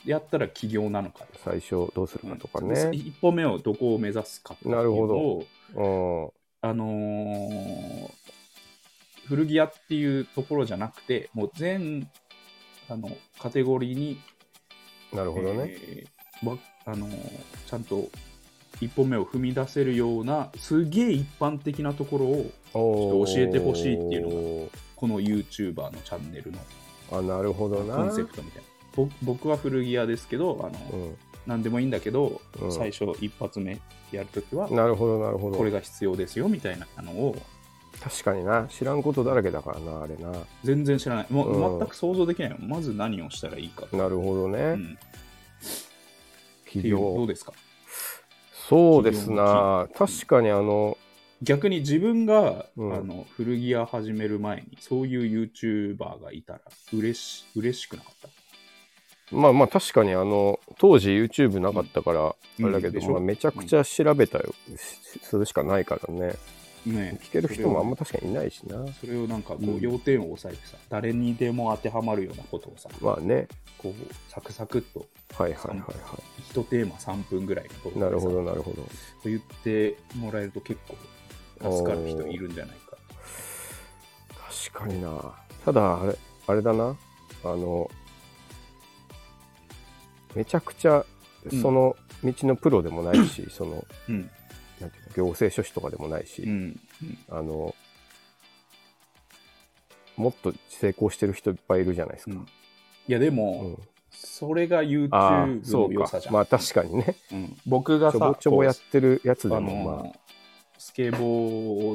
Speaker 1: やったら起業なのかとか
Speaker 2: 最初どうするかとか
Speaker 1: うん
Speaker 2: ね。
Speaker 1: 一歩目をどこを目指すかっていうの
Speaker 2: なるほ
Speaker 1: を
Speaker 2: どうん。
Speaker 1: あのー古着屋っていうところじゃなくて、もう全あのカテゴリーに、
Speaker 2: なるほどね。
Speaker 1: えーわあのーちゃんと一歩目を踏み出せるような、すげえ一般的なところを、
Speaker 2: お
Speaker 1: ちょっ
Speaker 2: ー
Speaker 1: と教えてほしいっていうこの YouTuber のチャンネルの
Speaker 2: あ、なるほどな。
Speaker 1: コンセプトみたいな。ぼ僕は古着屋ですけど、あの
Speaker 2: う
Speaker 1: 何でもいいんだけど、
Speaker 2: うん
Speaker 1: 最初一発目やるときは
Speaker 2: ん。、なるほど、なるほど。
Speaker 1: これが必要ですよみたいなのを
Speaker 2: 確かにな。知らんことだらけだからな、あれな。
Speaker 1: 全然知らない。もう、
Speaker 2: うん
Speaker 1: 全く想像できない。まず何をしたらいいか。
Speaker 2: なるほど
Speaker 1: う
Speaker 2: ね。
Speaker 1: ん、
Speaker 2: 企
Speaker 1: 企業どう
Speaker 2: 業。
Speaker 1: ですか
Speaker 2: そうですな。確かにあの、
Speaker 1: 逆に自分が、
Speaker 2: うん
Speaker 1: あの古着屋始める前にそういう YouTuber がいたら嬉し嬉しくなかっ
Speaker 2: まあまあ確かにあの、当時 YouTube なかったから、あ
Speaker 1: うん
Speaker 2: れだけ
Speaker 1: でし
Speaker 2: ど、
Speaker 1: ょ
Speaker 2: まあめちゃくちゃ調べたよ、しするしかないからね。
Speaker 1: たね
Speaker 2: 聞ける人もあんま確かにいないしな。
Speaker 1: それをなんかこ
Speaker 2: う
Speaker 1: うん要点を押さえてさ、誰にでも当てはまるようなことをさ
Speaker 2: まあね。
Speaker 1: こうサクサクっと
Speaker 2: はいはいはいは
Speaker 1: 1テーマ3分ぐらいの動
Speaker 2: い。な
Speaker 1: 画
Speaker 2: る
Speaker 1: でさ
Speaker 2: ほど、なるほど。
Speaker 1: 言ってもらえると結構助かる人いるんじゃないか
Speaker 2: 確かになただあれあれだなあのめちゃくちゃ
Speaker 1: うん
Speaker 2: その道のプロでもないし、その
Speaker 1: うん
Speaker 2: なんていうの行政書士とかでもないし、
Speaker 1: うんうん
Speaker 2: あのもっと成功してる人いっぱいいるじゃないです
Speaker 1: う
Speaker 2: か、
Speaker 1: んいやで
Speaker 2: う
Speaker 1: も、
Speaker 2: ん
Speaker 1: それが
Speaker 2: ああ
Speaker 1: YouTube
Speaker 2: そ
Speaker 1: の
Speaker 2: う
Speaker 1: 良
Speaker 2: か
Speaker 1: さじゃん。
Speaker 2: まあ確かにね
Speaker 1: うん僕が
Speaker 2: ち
Speaker 1: さ、
Speaker 2: ょぼちょぼやってるやつ
Speaker 1: こう
Speaker 2: で
Speaker 1: あ
Speaker 2: もまあ、
Speaker 1: のスケボ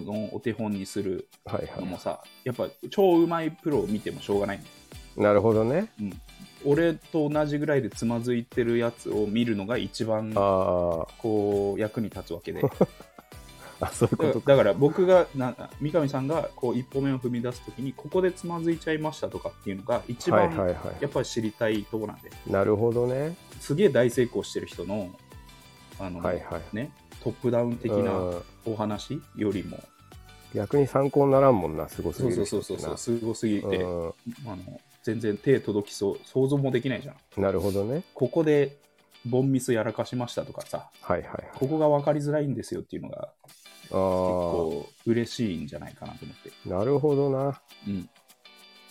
Speaker 1: ーのお手本にする
Speaker 2: はい
Speaker 1: の
Speaker 2: は
Speaker 1: もさ、やっぱ超うまいプロを見てもしょうがないんだよ、
Speaker 2: いなるほどね
Speaker 1: うん俺と同じぐらいでつまずいてるやつを見るのが一番
Speaker 2: あ
Speaker 1: こう役に立つわ けでだか
Speaker 2: ああそういうこ
Speaker 1: ら
Speaker 2: とか
Speaker 1: だから僕がな三上さんがこう一歩目を踏み出すときにここでつまずいちゃいましたとかっていうのが一
Speaker 2: はいは
Speaker 1: 番
Speaker 2: いは
Speaker 1: やっぱり知りたいとこなんで
Speaker 2: いなるほどね
Speaker 1: すげえ大成功してる人のあの、
Speaker 2: はいはい
Speaker 1: ね、トップダウン的な
Speaker 2: うん
Speaker 1: お話よりも、
Speaker 2: 逆に参考にならんもんなすごす
Speaker 1: そ
Speaker 2: ぎ
Speaker 1: うそ
Speaker 2: る
Speaker 1: うそ
Speaker 2: 人っ
Speaker 1: う
Speaker 2: て
Speaker 1: そ
Speaker 2: な
Speaker 1: うそうすごすぎて、
Speaker 2: う
Speaker 1: あの全然手届きそう想像もできないじゃん
Speaker 2: ん、なるほどね
Speaker 1: ここでボンミスやらかしましたとかさ
Speaker 2: はいはいはい
Speaker 1: ここが分かりづらいんですよっていうのが
Speaker 2: あ
Speaker 1: 結構嬉しいんじゃないかなと思って、
Speaker 2: ーなるほどな
Speaker 1: うん、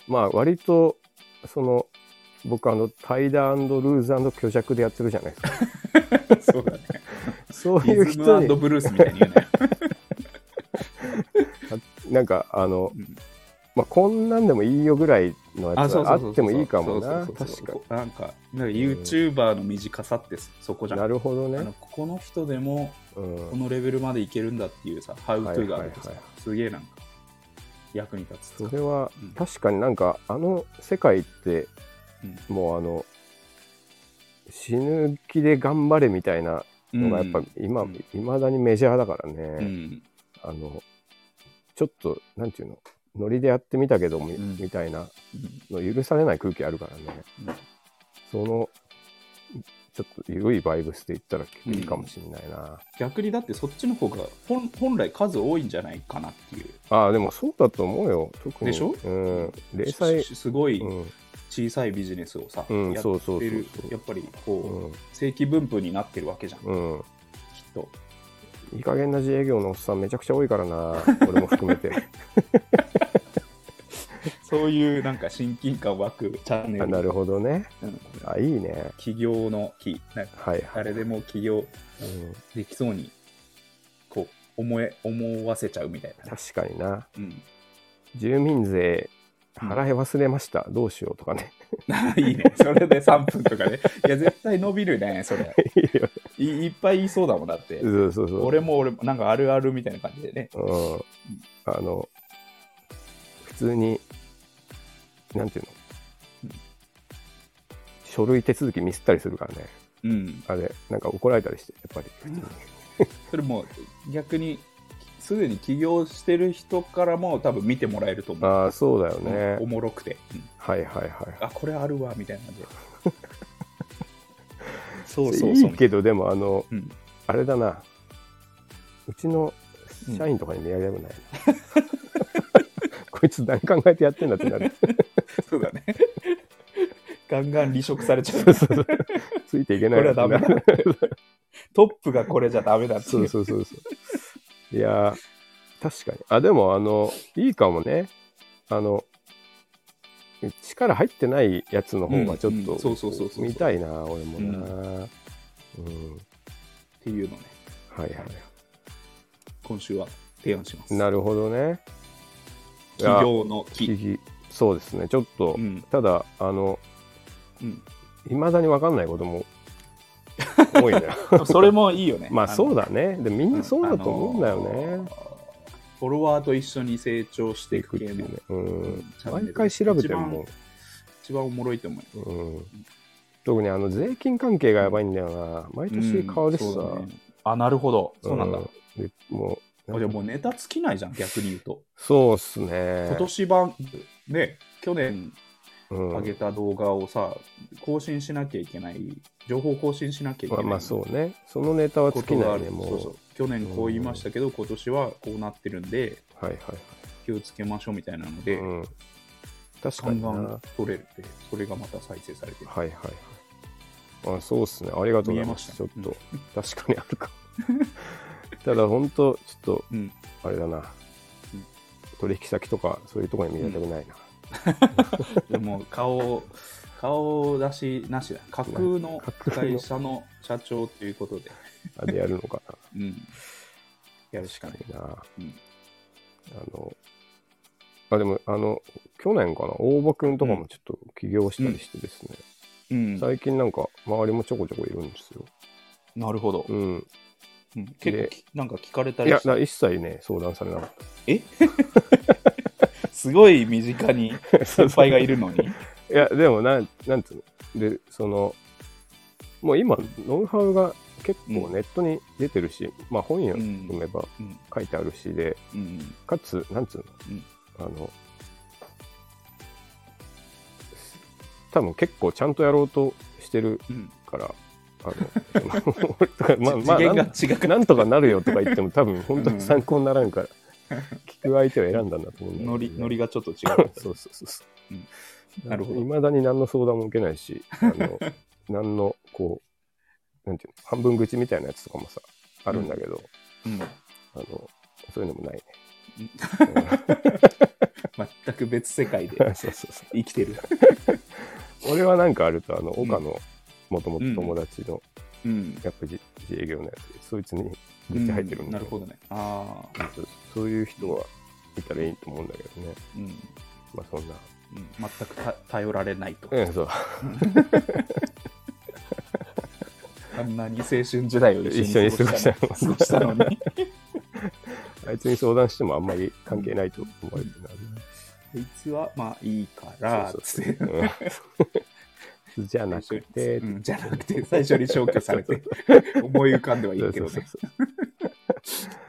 Speaker 2: まあ割とその僕あのタイダールーズ虚弱でやってるじゃないで すか
Speaker 1: そうだね
Speaker 2: そういう
Speaker 1: リズム
Speaker 2: 人に
Speaker 1: ブルースみたいに言うね、
Speaker 2: なんかあの、
Speaker 1: うん
Speaker 2: まあ、こんなんでもいいよぐらいの や
Speaker 1: あ
Speaker 2: つ
Speaker 1: そうそ
Speaker 2: は
Speaker 1: うそうそう
Speaker 2: あってもいいかもな
Speaker 1: そうそうそう
Speaker 2: 確か
Speaker 1: なんかなんか YouTuber の短さってそこじゃ
Speaker 2: に
Speaker 1: ん
Speaker 2: なるほど
Speaker 1: あ
Speaker 2: ね
Speaker 1: のここの人でも
Speaker 2: うん
Speaker 1: このレベルまでいけるんだっていうさ、ハウトゥーがあるとさ、
Speaker 2: はいはいは
Speaker 1: すげえなんか、役に立つ
Speaker 2: それは
Speaker 1: うん
Speaker 2: 確かになんかあの世界って
Speaker 1: うん
Speaker 2: もうあの死ぬ気で頑張れみたいなのがやっぱ今
Speaker 1: うん
Speaker 2: いまだにメジャーだからね、
Speaker 1: うん、
Speaker 2: あの、ちょっと、なんていうの、ノリでやってみたけどみ、
Speaker 1: うん
Speaker 2: みたいな
Speaker 1: うん
Speaker 2: の、許されない空気あるからね。
Speaker 1: うん
Speaker 2: その、ちょっと緩いバイブスで言ったらいいかもしれないな。
Speaker 1: 逆にだってそっちの方が本本来数多いんじゃないかなっていう、
Speaker 2: ああ、でもそうだと思うよ。特に。
Speaker 1: でしょ
Speaker 2: うん。零細、
Speaker 1: しすごい
Speaker 2: うん。
Speaker 1: 小さいビジネスをさ、
Speaker 2: うん
Speaker 1: やっ
Speaker 2: そうそう
Speaker 1: て
Speaker 2: そう
Speaker 1: る
Speaker 2: そう
Speaker 1: やっぱりこう、
Speaker 2: うん
Speaker 1: 正規分布になってるわけじゃん、きっ
Speaker 2: うん
Speaker 1: と
Speaker 2: いい加減な自営業のおっさんめちゃくちゃ多いか らな俺も含めて
Speaker 1: そういうなんか親近感湧くチャンネ
Speaker 2: あ
Speaker 1: ル
Speaker 2: なるほどね
Speaker 1: うん
Speaker 2: あいいね
Speaker 1: 起業の木なんか
Speaker 2: はいはい、
Speaker 1: 誰でも起業
Speaker 2: うん
Speaker 1: できそうにこう思え思わせちゃうみたいな、
Speaker 2: 確かにな
Speaker 1: うん、
Speaker 2: 住民税
Speaker 1: うん
Speaker 2: 払い忘れました、どうしようとかね
Speaker 1: いいねそれで3分とかねいや絶対伸びるねそれ
Speaker 2: いいよ
Speaker 1: いいっぱい言い そうだもんだって
Speaker 2: そうそうそう
Speaker 1: 俺も俺もなんかあるあるみたいな感じでね
Speaker 2: うん、あの普通になんていう
Speaker 1: う
Speaker 2: の
Speaker 1: ん
Speaker 2: 書類手続きミスったりするからね
Speaker 1: うん
Speaker 2: あれなんか怒られたりしてやっぱり
Speaker 1: それも逆にすでに起業してる人からも多分見てもらえると思う
Speaker 2: ああそうだよ
Speaker 1: うんお
Speaker 2: ね
Speaker 1: もろくて、うん
Speaker 2: はいはいは
Speaker 1: あこれあるわみたいな 感じで
Speaker 2: い
Speaker 1: そ
Speaker 2: いいけどでもあの
Speaker 1: うん、
Speaker 2: あれだなうちの社員とかに見られたくないな、 こいつ何考えてやってんだってなる
Speaker 1: そうだねガンガン離職されちゃう
Speaker 2: そうそうそうついていけ
Speaker 1: こ
Speaker 2: ない
Speaker 1: れは
Speaker 2: やつ
Speaker 1: ダ
Speaker 2: にな
Speaker 1: メ
Speaker 2: る
Speaker 1: だトップがこれじゃダメだって
Speaker 2: そ
Speaker 1: いう
Speaker 2: うそうそうそう。いやー、確かに。あ、でも、あの、いいかもね。あの、力入ってないやつの方がちょっ
Speaker 1: うんうんそうそうそう
Speaker 2: と
Speaker 1: そう
Speaker 2: 見たいな、俺もな。
Speaker 1: う
Speaker 2: うん、
Speaker 1: っていうのね
Speaker 2: はいはい。
Speaker 1: 今週は提案します
Speaker 2: なるほどね。
Speaker 1: 起業の木
Speaker 2: いやそうですね。ちょっと、
Speaker 1: うん
Speaker 2: ただ、あの、
Speaker 1: うん
Speaker 2: いまだに分かんないことも多いね。
Speaker 1: それもいいよね
Speaker 2: まあ、そう
Speaker 1: だ
Speaker 2: だね。でも、みんなそうだと思うんだよ
Speaker 1: あの
Speaker 2: ね。
Speaker 1: ーフォロワーと一緒に成長していく系の
Speaker 2: うん
Speaker 1: チャンネル
Speaker 2: 毎回調べても
Speaker 1: 一一番おもろいと思う
Speaker 2: うん特にあの税金関係がやばいんだよな。毎年変わるしさ。
Speaker 1: うんそうだねあなるほどそうなんだ、
Speaker 2: うんでもう
Speaker 1: あじゃあもうネタ尽きないじゃん逆に言うと
Speaker 2: そうっすね。
Speaker 1: 今年版ね去年
Speaker 2: うん
Speaker 1: 上げた動画をさ更新しなきゃいけない情報更新しなきゃいけ
Speaker 2: ま
Speaker 1: な
Speaker 2: あ、
Speaker 1: い
Speaker 2: まあそうね。そのネタは
Speaker 1: こ
Speaker 2: 尽
Speaker 1: と
Speaker 2: き
Speaker 1: が
Speaker 2: な
Speaker 1: あ
Speaker 2: い
Speaker 1: る
Speaker 2: ね、もう。
Speaker 1: そうそう去年こう言いましたけど、今年はこうなってるんで
Speaker 2: はいはいは
Speaker 1: 気をつけましょうみたいなの
Speaker 2: い。
Speaker 1: で、
Speaker 2: うん、確
Speaker 1: ガ
Speaker 2: かに
Speaker 1: ン
Speaker 2: な。
Speaker 1: ガ
Speaker 2: は
Speaker 1: ン取れるってそれがまた再生されて る
Speaker 2: いはいはい。あそうっすね。ありがとうございます。ちょ
Speaker 1: 見
Speaker 2: っ
Speaker 1: えました
Speaker 2: と、確かにあるか。 ただ本当、ちょっ
Speaker 1: うん
Speaker 2: と、あれだな
Speaker 1: うん。
Speaker 2: 取引先とか、そういうところに見られたくないな。
Speaker 1: でも顔顔出しなしだ架空の
Speaker 2: 架空の
Speaker 1: 会社の社長ということで、
Speaker 2: あれやるのかな。
Speaker 1: うん、やるしかない、
Speaker 2: いいな。
Speaker 1: うん
Speaker 2: あの、あ、でも、あの、去年かな、大場くんとかもちょっと起業したりしてですね、
Speaker 1: うん、
Speaker 2: 最近なんか、周りもちょこちょこいるんですよ。
Speaker 1: なるほど、
Speaker 2: うん。
Speaker 1: うん結構
Speaker 2: で
Speaker 1: きなんか聞かれた
Speaker 2: い
Speaker 1: り
Speaker 2: や、
Speaker 1: して
Speaker 2: な一切ね、相談されなかっ
Speaker 1: すごい身近 に
Speaker 2: た。
Speaker 1: 先輩がいるのに
Speaker 2: いや、でも、なん、なんつうの。で、その、もう今、ノウハウが結構ネットに出てるし、まあ本読
Speaker 1: うん
Speaker 2: めば
Speaker 1: うん
Speaker 2: 書いてあるしで、
Speaker 1: うん
Speaker 2: かつ、なんつうの、
Speaker 1: うん
Speaker 2: あの、多分結構ちゃんとやろうとしてる
Speaker 1: うん
Speaker 2: から、あの、 とかまあ、
Speaker 1: 次
Speaker 2: まあ、
Speaker 1: 元
Speaker 2: な
Speaker 1: が
Speaker 2: ん
Speaker 1: 違く
Speaker 2: なんとかなるよとか言っても、多分本当に参考にならんから、聞く相手を選んだんだと思うんだけど
Speaker 1: ノリノリがちょっと違 う
Speaker 2: そうそうそうそうう。
Speaker 1: んなるほど
Speaker 2: いまだに何の相談も受けないし、あの、 何の、こう、なんていうの、半分口みたいなやつとかもさ、あるんだけど、
Speaker 1: うん
Speaker 2: あの、そういうのもないね。
Speaker 1: 全く別世界
Speaker 2: そう
Speaker 1: で
Speaker 2: そうそう。
Speaker 1: 生きて る、
Speaker 2: 俺はなんかあると、あの、
Speaker 1: ん
Speaker 2: 岡の、もともと友達の、
Speaker 1: うん、
Speaker 2: やっぱ自自営業のやつ、そいつに愚痴入ってる
Speaker 1: うんんな
Speaker 2: だ
Speaker 1: る
Speaker 2: けど
Speaker 1: ほどねああ
Speaker 2: そうそういう人はいたらいいと思うんだけどね。
Speaker 1: うん、うん、
Speaker 2: まあそんな。
Speaker 1: 全くた頼られないと
Speaker 2: うん、そう。
Speaker 1: あんなに青春時代を一
Speaker 2: 一
Speaker 1: 緒
Speaker 2: 緒
Speaker 1: に
Speaker 2: に
Speaker 1: 過
Speaker 2: 過
Speaker 1: ご
Speaker 2: ご
Speaker 1: し
Speaker 2: したた
Speaker 1: の
Speaker 2: の
Speaker 1: 過ごしたのに
Speaker 2: あいつに相談してもあんまり関係ないと思われてるな
Speaker 1: こいつはまあいいから
Speaker 2: そう
Speaker 1: つ
Speaker 2: そ
Speaker 1: っ
Speaker 2: うそう
Speaker 1: て
Speaker 2: うん じゃなくて、
Speaker 1: うんじゃなくて最初に消去されて 思い浮かんではいいけど
Speaker 2: そう
Speaker 1: ね
Speaker 2: そうそう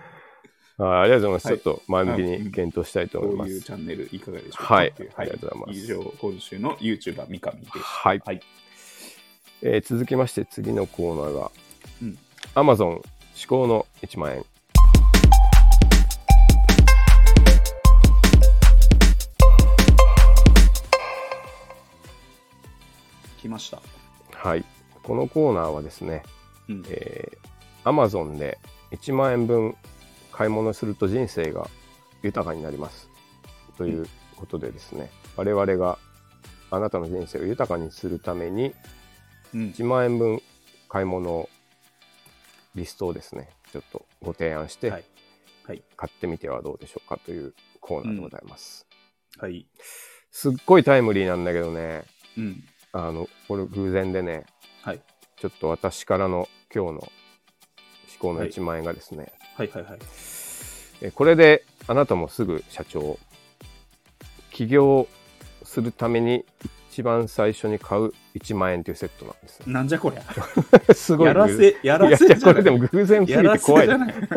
Speaker 2: あーありがとうございます。
Speaker 1: はい
Speaker 2: ちょっと前向き
Speaker 1: うん
Speaker 2: に検討したいと
Speaker 1: こ
Speaker 2: 思いま
Speaker 1: ういう
Speaker 2: す。
Speaker 1: チャンネルいかがでしょうか
Speaker 2: はい
Speaker 1: ってう
Speaker 2: ありがとうございます
Speaker 1: 以上今週の YouTuber 三上でした
Speaker 2: はい、
Speaker 1: はい
Speaker 2: えー続きまして次のコーナーが、
Speaker 1: うん
Speaker 2: アマゾン至高の1万円。
Speaker 1: 来ました。
Speaker 2: はい。このコーナーはですね、
Speaker 1: うん。
Speaker 2: えー、Amazon で1万円分買い物すると人生が豊かになります。ということでですね、我々があなたの人生を豊かにするために
Speaker 1: うん。
Speaker 2: 1万円分買い物をリストをですね、ちょっとご提案して
Speaker 1: はい。はい。
Speaker 2: 買ってみてはどうでしょうかというコーナーでございます。
Speaker 1: はい。
Speaker 2: すっごいタイムリーなんだけどね、
Speaker 1: うん。
Speaker 2: あの、これ偶然でね、
Speaker 1: はい。
Speaker 2: ちょっと私からの今日の思考の1万円がですね、
Speaker 1: はいはいはい。
Speaker 2: えこれであなたもすぐ社長起業するために一番最初に買う1万円というセットなんです ね、
Speaker 1: なんじゃこりゃ。
Speaker 2: すごい
Speaker 1: やら
Speaker 2: 偶然
Speaker 1: せ、やらせ
Speaker 2: い
Speaker 1: じ
Speaker 2: や
Speaker 1: ゃ
Speaker 2: これ
Speaker 1: な
Speaker 2: で
Speaker 1: い。
Speaker 2: も偶然すぎ
Speaker 1: や
Speaker 2: て
Speaker 1: ら
Speaker 2: 怖
Speaker 1: せ
Speaker 2: い
Speaker 1: じゃ
Speaker 2: ね
Speaker 1: ない。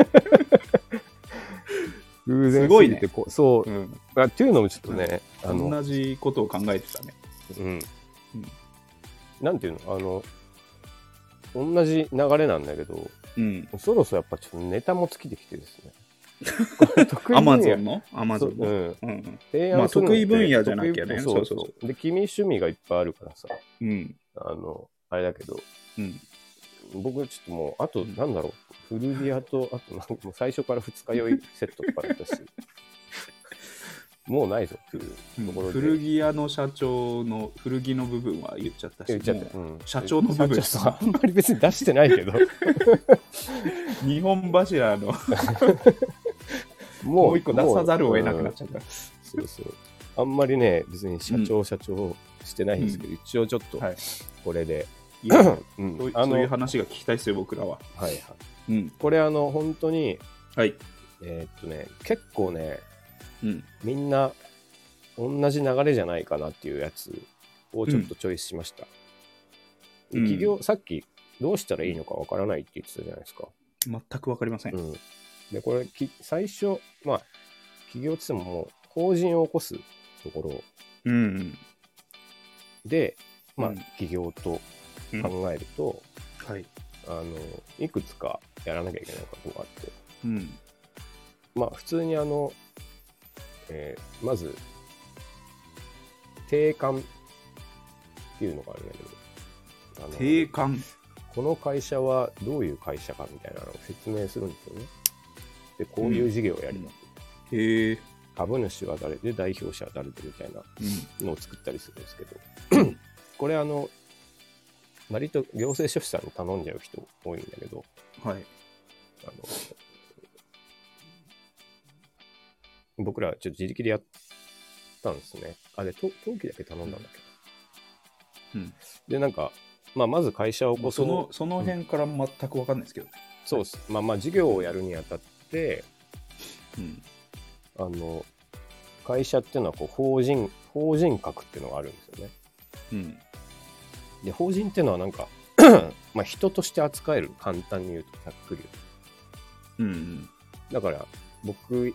Speaker 2: 偶然
Speaker 1: すごいね。
Speaker 2: てこそううんあっていうのもちょっとね、あの
Speaker 1: 同じことを考えてたね。
Speaker 2: うんなんていうのあの同じ流れなんだけど
Speaker 1: うん。
Speaker 2: そろそろやっぱちょっとネタも尽きてきて ですねこれ得
Speaker 1: ア
Speaker 2: 意
Speaker 1: マ
Speaker 2: 分
Speaker 1: ゾ
Speaker 2: 野
Speaker 1: ンのアマ
Speaker 2: そ
Speaker 1: ゾンの。
Speaker 2: ううん
Speaker 1: うん。
Speaker 2: 提
Speaker 1: ま
Speaker 2: 案
Speaker 1: あ
Speaker 2: するのって
Speaker 1: 得意分野じゃなきゃね
Speaker 2: 得意そうそ
Speaker 1: そううそ
Speaker 2: そう。で、君趣味がいっぱいあるからさ、
Speaker 1: うん。
Speaker 2: あの、あれだけど、
Speaker 1: うん。
Speaker 2: 僕ちょっともう、あと、
Speaker 1: うん
Speaker 2: なんだろう、古着屋と、あとなんかもう最初から二日酔いセットとかだったし、もうないぞっていうところで。
Speaker 1: 古着屋の社長の古着の部分は言っちゃったし、
Speaker 2: 言っちゃった。
Speaker 1: も
Speaker 2: うん
Speaker 1: 社長の部分
Speaker 2: 社長さあんまり別に出してない けど、
Speaker 1: う日本柱 の
Speaker 2: も
Speaker 1: もう一個出さざるを得なくなっちゃった。
Speaker 2: うんそうそう。あんまりね、別に社長、社長してないんですけど、一応ちょっと
Speaker 1: はい、
Speaker 2: これで、
Speaker 1: いやそう
Speaker 2: うん
Speaker 1: そう
Speaker 2: あ
Speaker 1: い
Speaker 2: の、
Speaker 1: う
Speaker 2: はい
Speaker 1: 話が聞きたいですよ、僕らは。
Speaker 2: はい。
Speaker 1: うん。
Speaker 2: これあの、本当に、
Speaker 1: はい。
Speaker 2: えーっとね、結構ね、
Speaker 1: うん。
Speaker 2: みんな同じ流れじゃないかなっていうやつをちょっとチョイスしました。
Speaker 1: うん
Speaker 2: 企業、さっきどうしたらいいのかわからないって言ってたじゃないですか。
Speaker 1: 全くわかりません。
Speaker 2: うん。で、これ、き最初、まあ、企業って言ってももう法人を起こすところ
Speaker 1: うん。
Speaker 2: で、まあ
Speaker 1: うん、
Speaker 2: 企業と考えると、
Speaker 1: はい。
Speaker 2: あの、いくつかやらなきゃいけないことがあって、
Speaker 1: うん。
Speaker 2: まあ普通にあの、えーまず、定款っていうのがあるんだけど、あの
Speaker 1: 定款。
Speaker 2: この会社はどういう会社かみたいなのを説明するんですよね。で、こういう事業をやります。
Speaker 1: へえ。
Speaker 2: 株主は誰で、代表者は誰でみたいなのを作ったりするんですけど、これあの、割と行政書士さんに頼んじゃう人多いんだけど、
Speaker 1: うん。はい。
Speaker 2: あの、僕らちょっと自力でやったんですね。あ、で、と登記だけ頼んだんだっけ。
Speaker 1: うん。
Speaker 2: で、なんか、まあ、まず会社を起こ
Speaker 1: そ
Speaker 2: そう
Speaker 1: の、その辺から全くわかんないですけどね。
Speaker 2: そうっす。まあまあ、事業をやるにあたって、
Speaker 1: うん。
Speaker 2: あの、会社っていうのはこう法人、法人格っていうのがあるんですよね。
Speaker 1: うん。
Speaker 2: で、法人っていうのはなんか、 まあ人として扱える、簡単に言うと、ざっくり言う
Speaker 1: う
Speaker 2: と
Speaker 1: ん。
Speaker 2: だから僕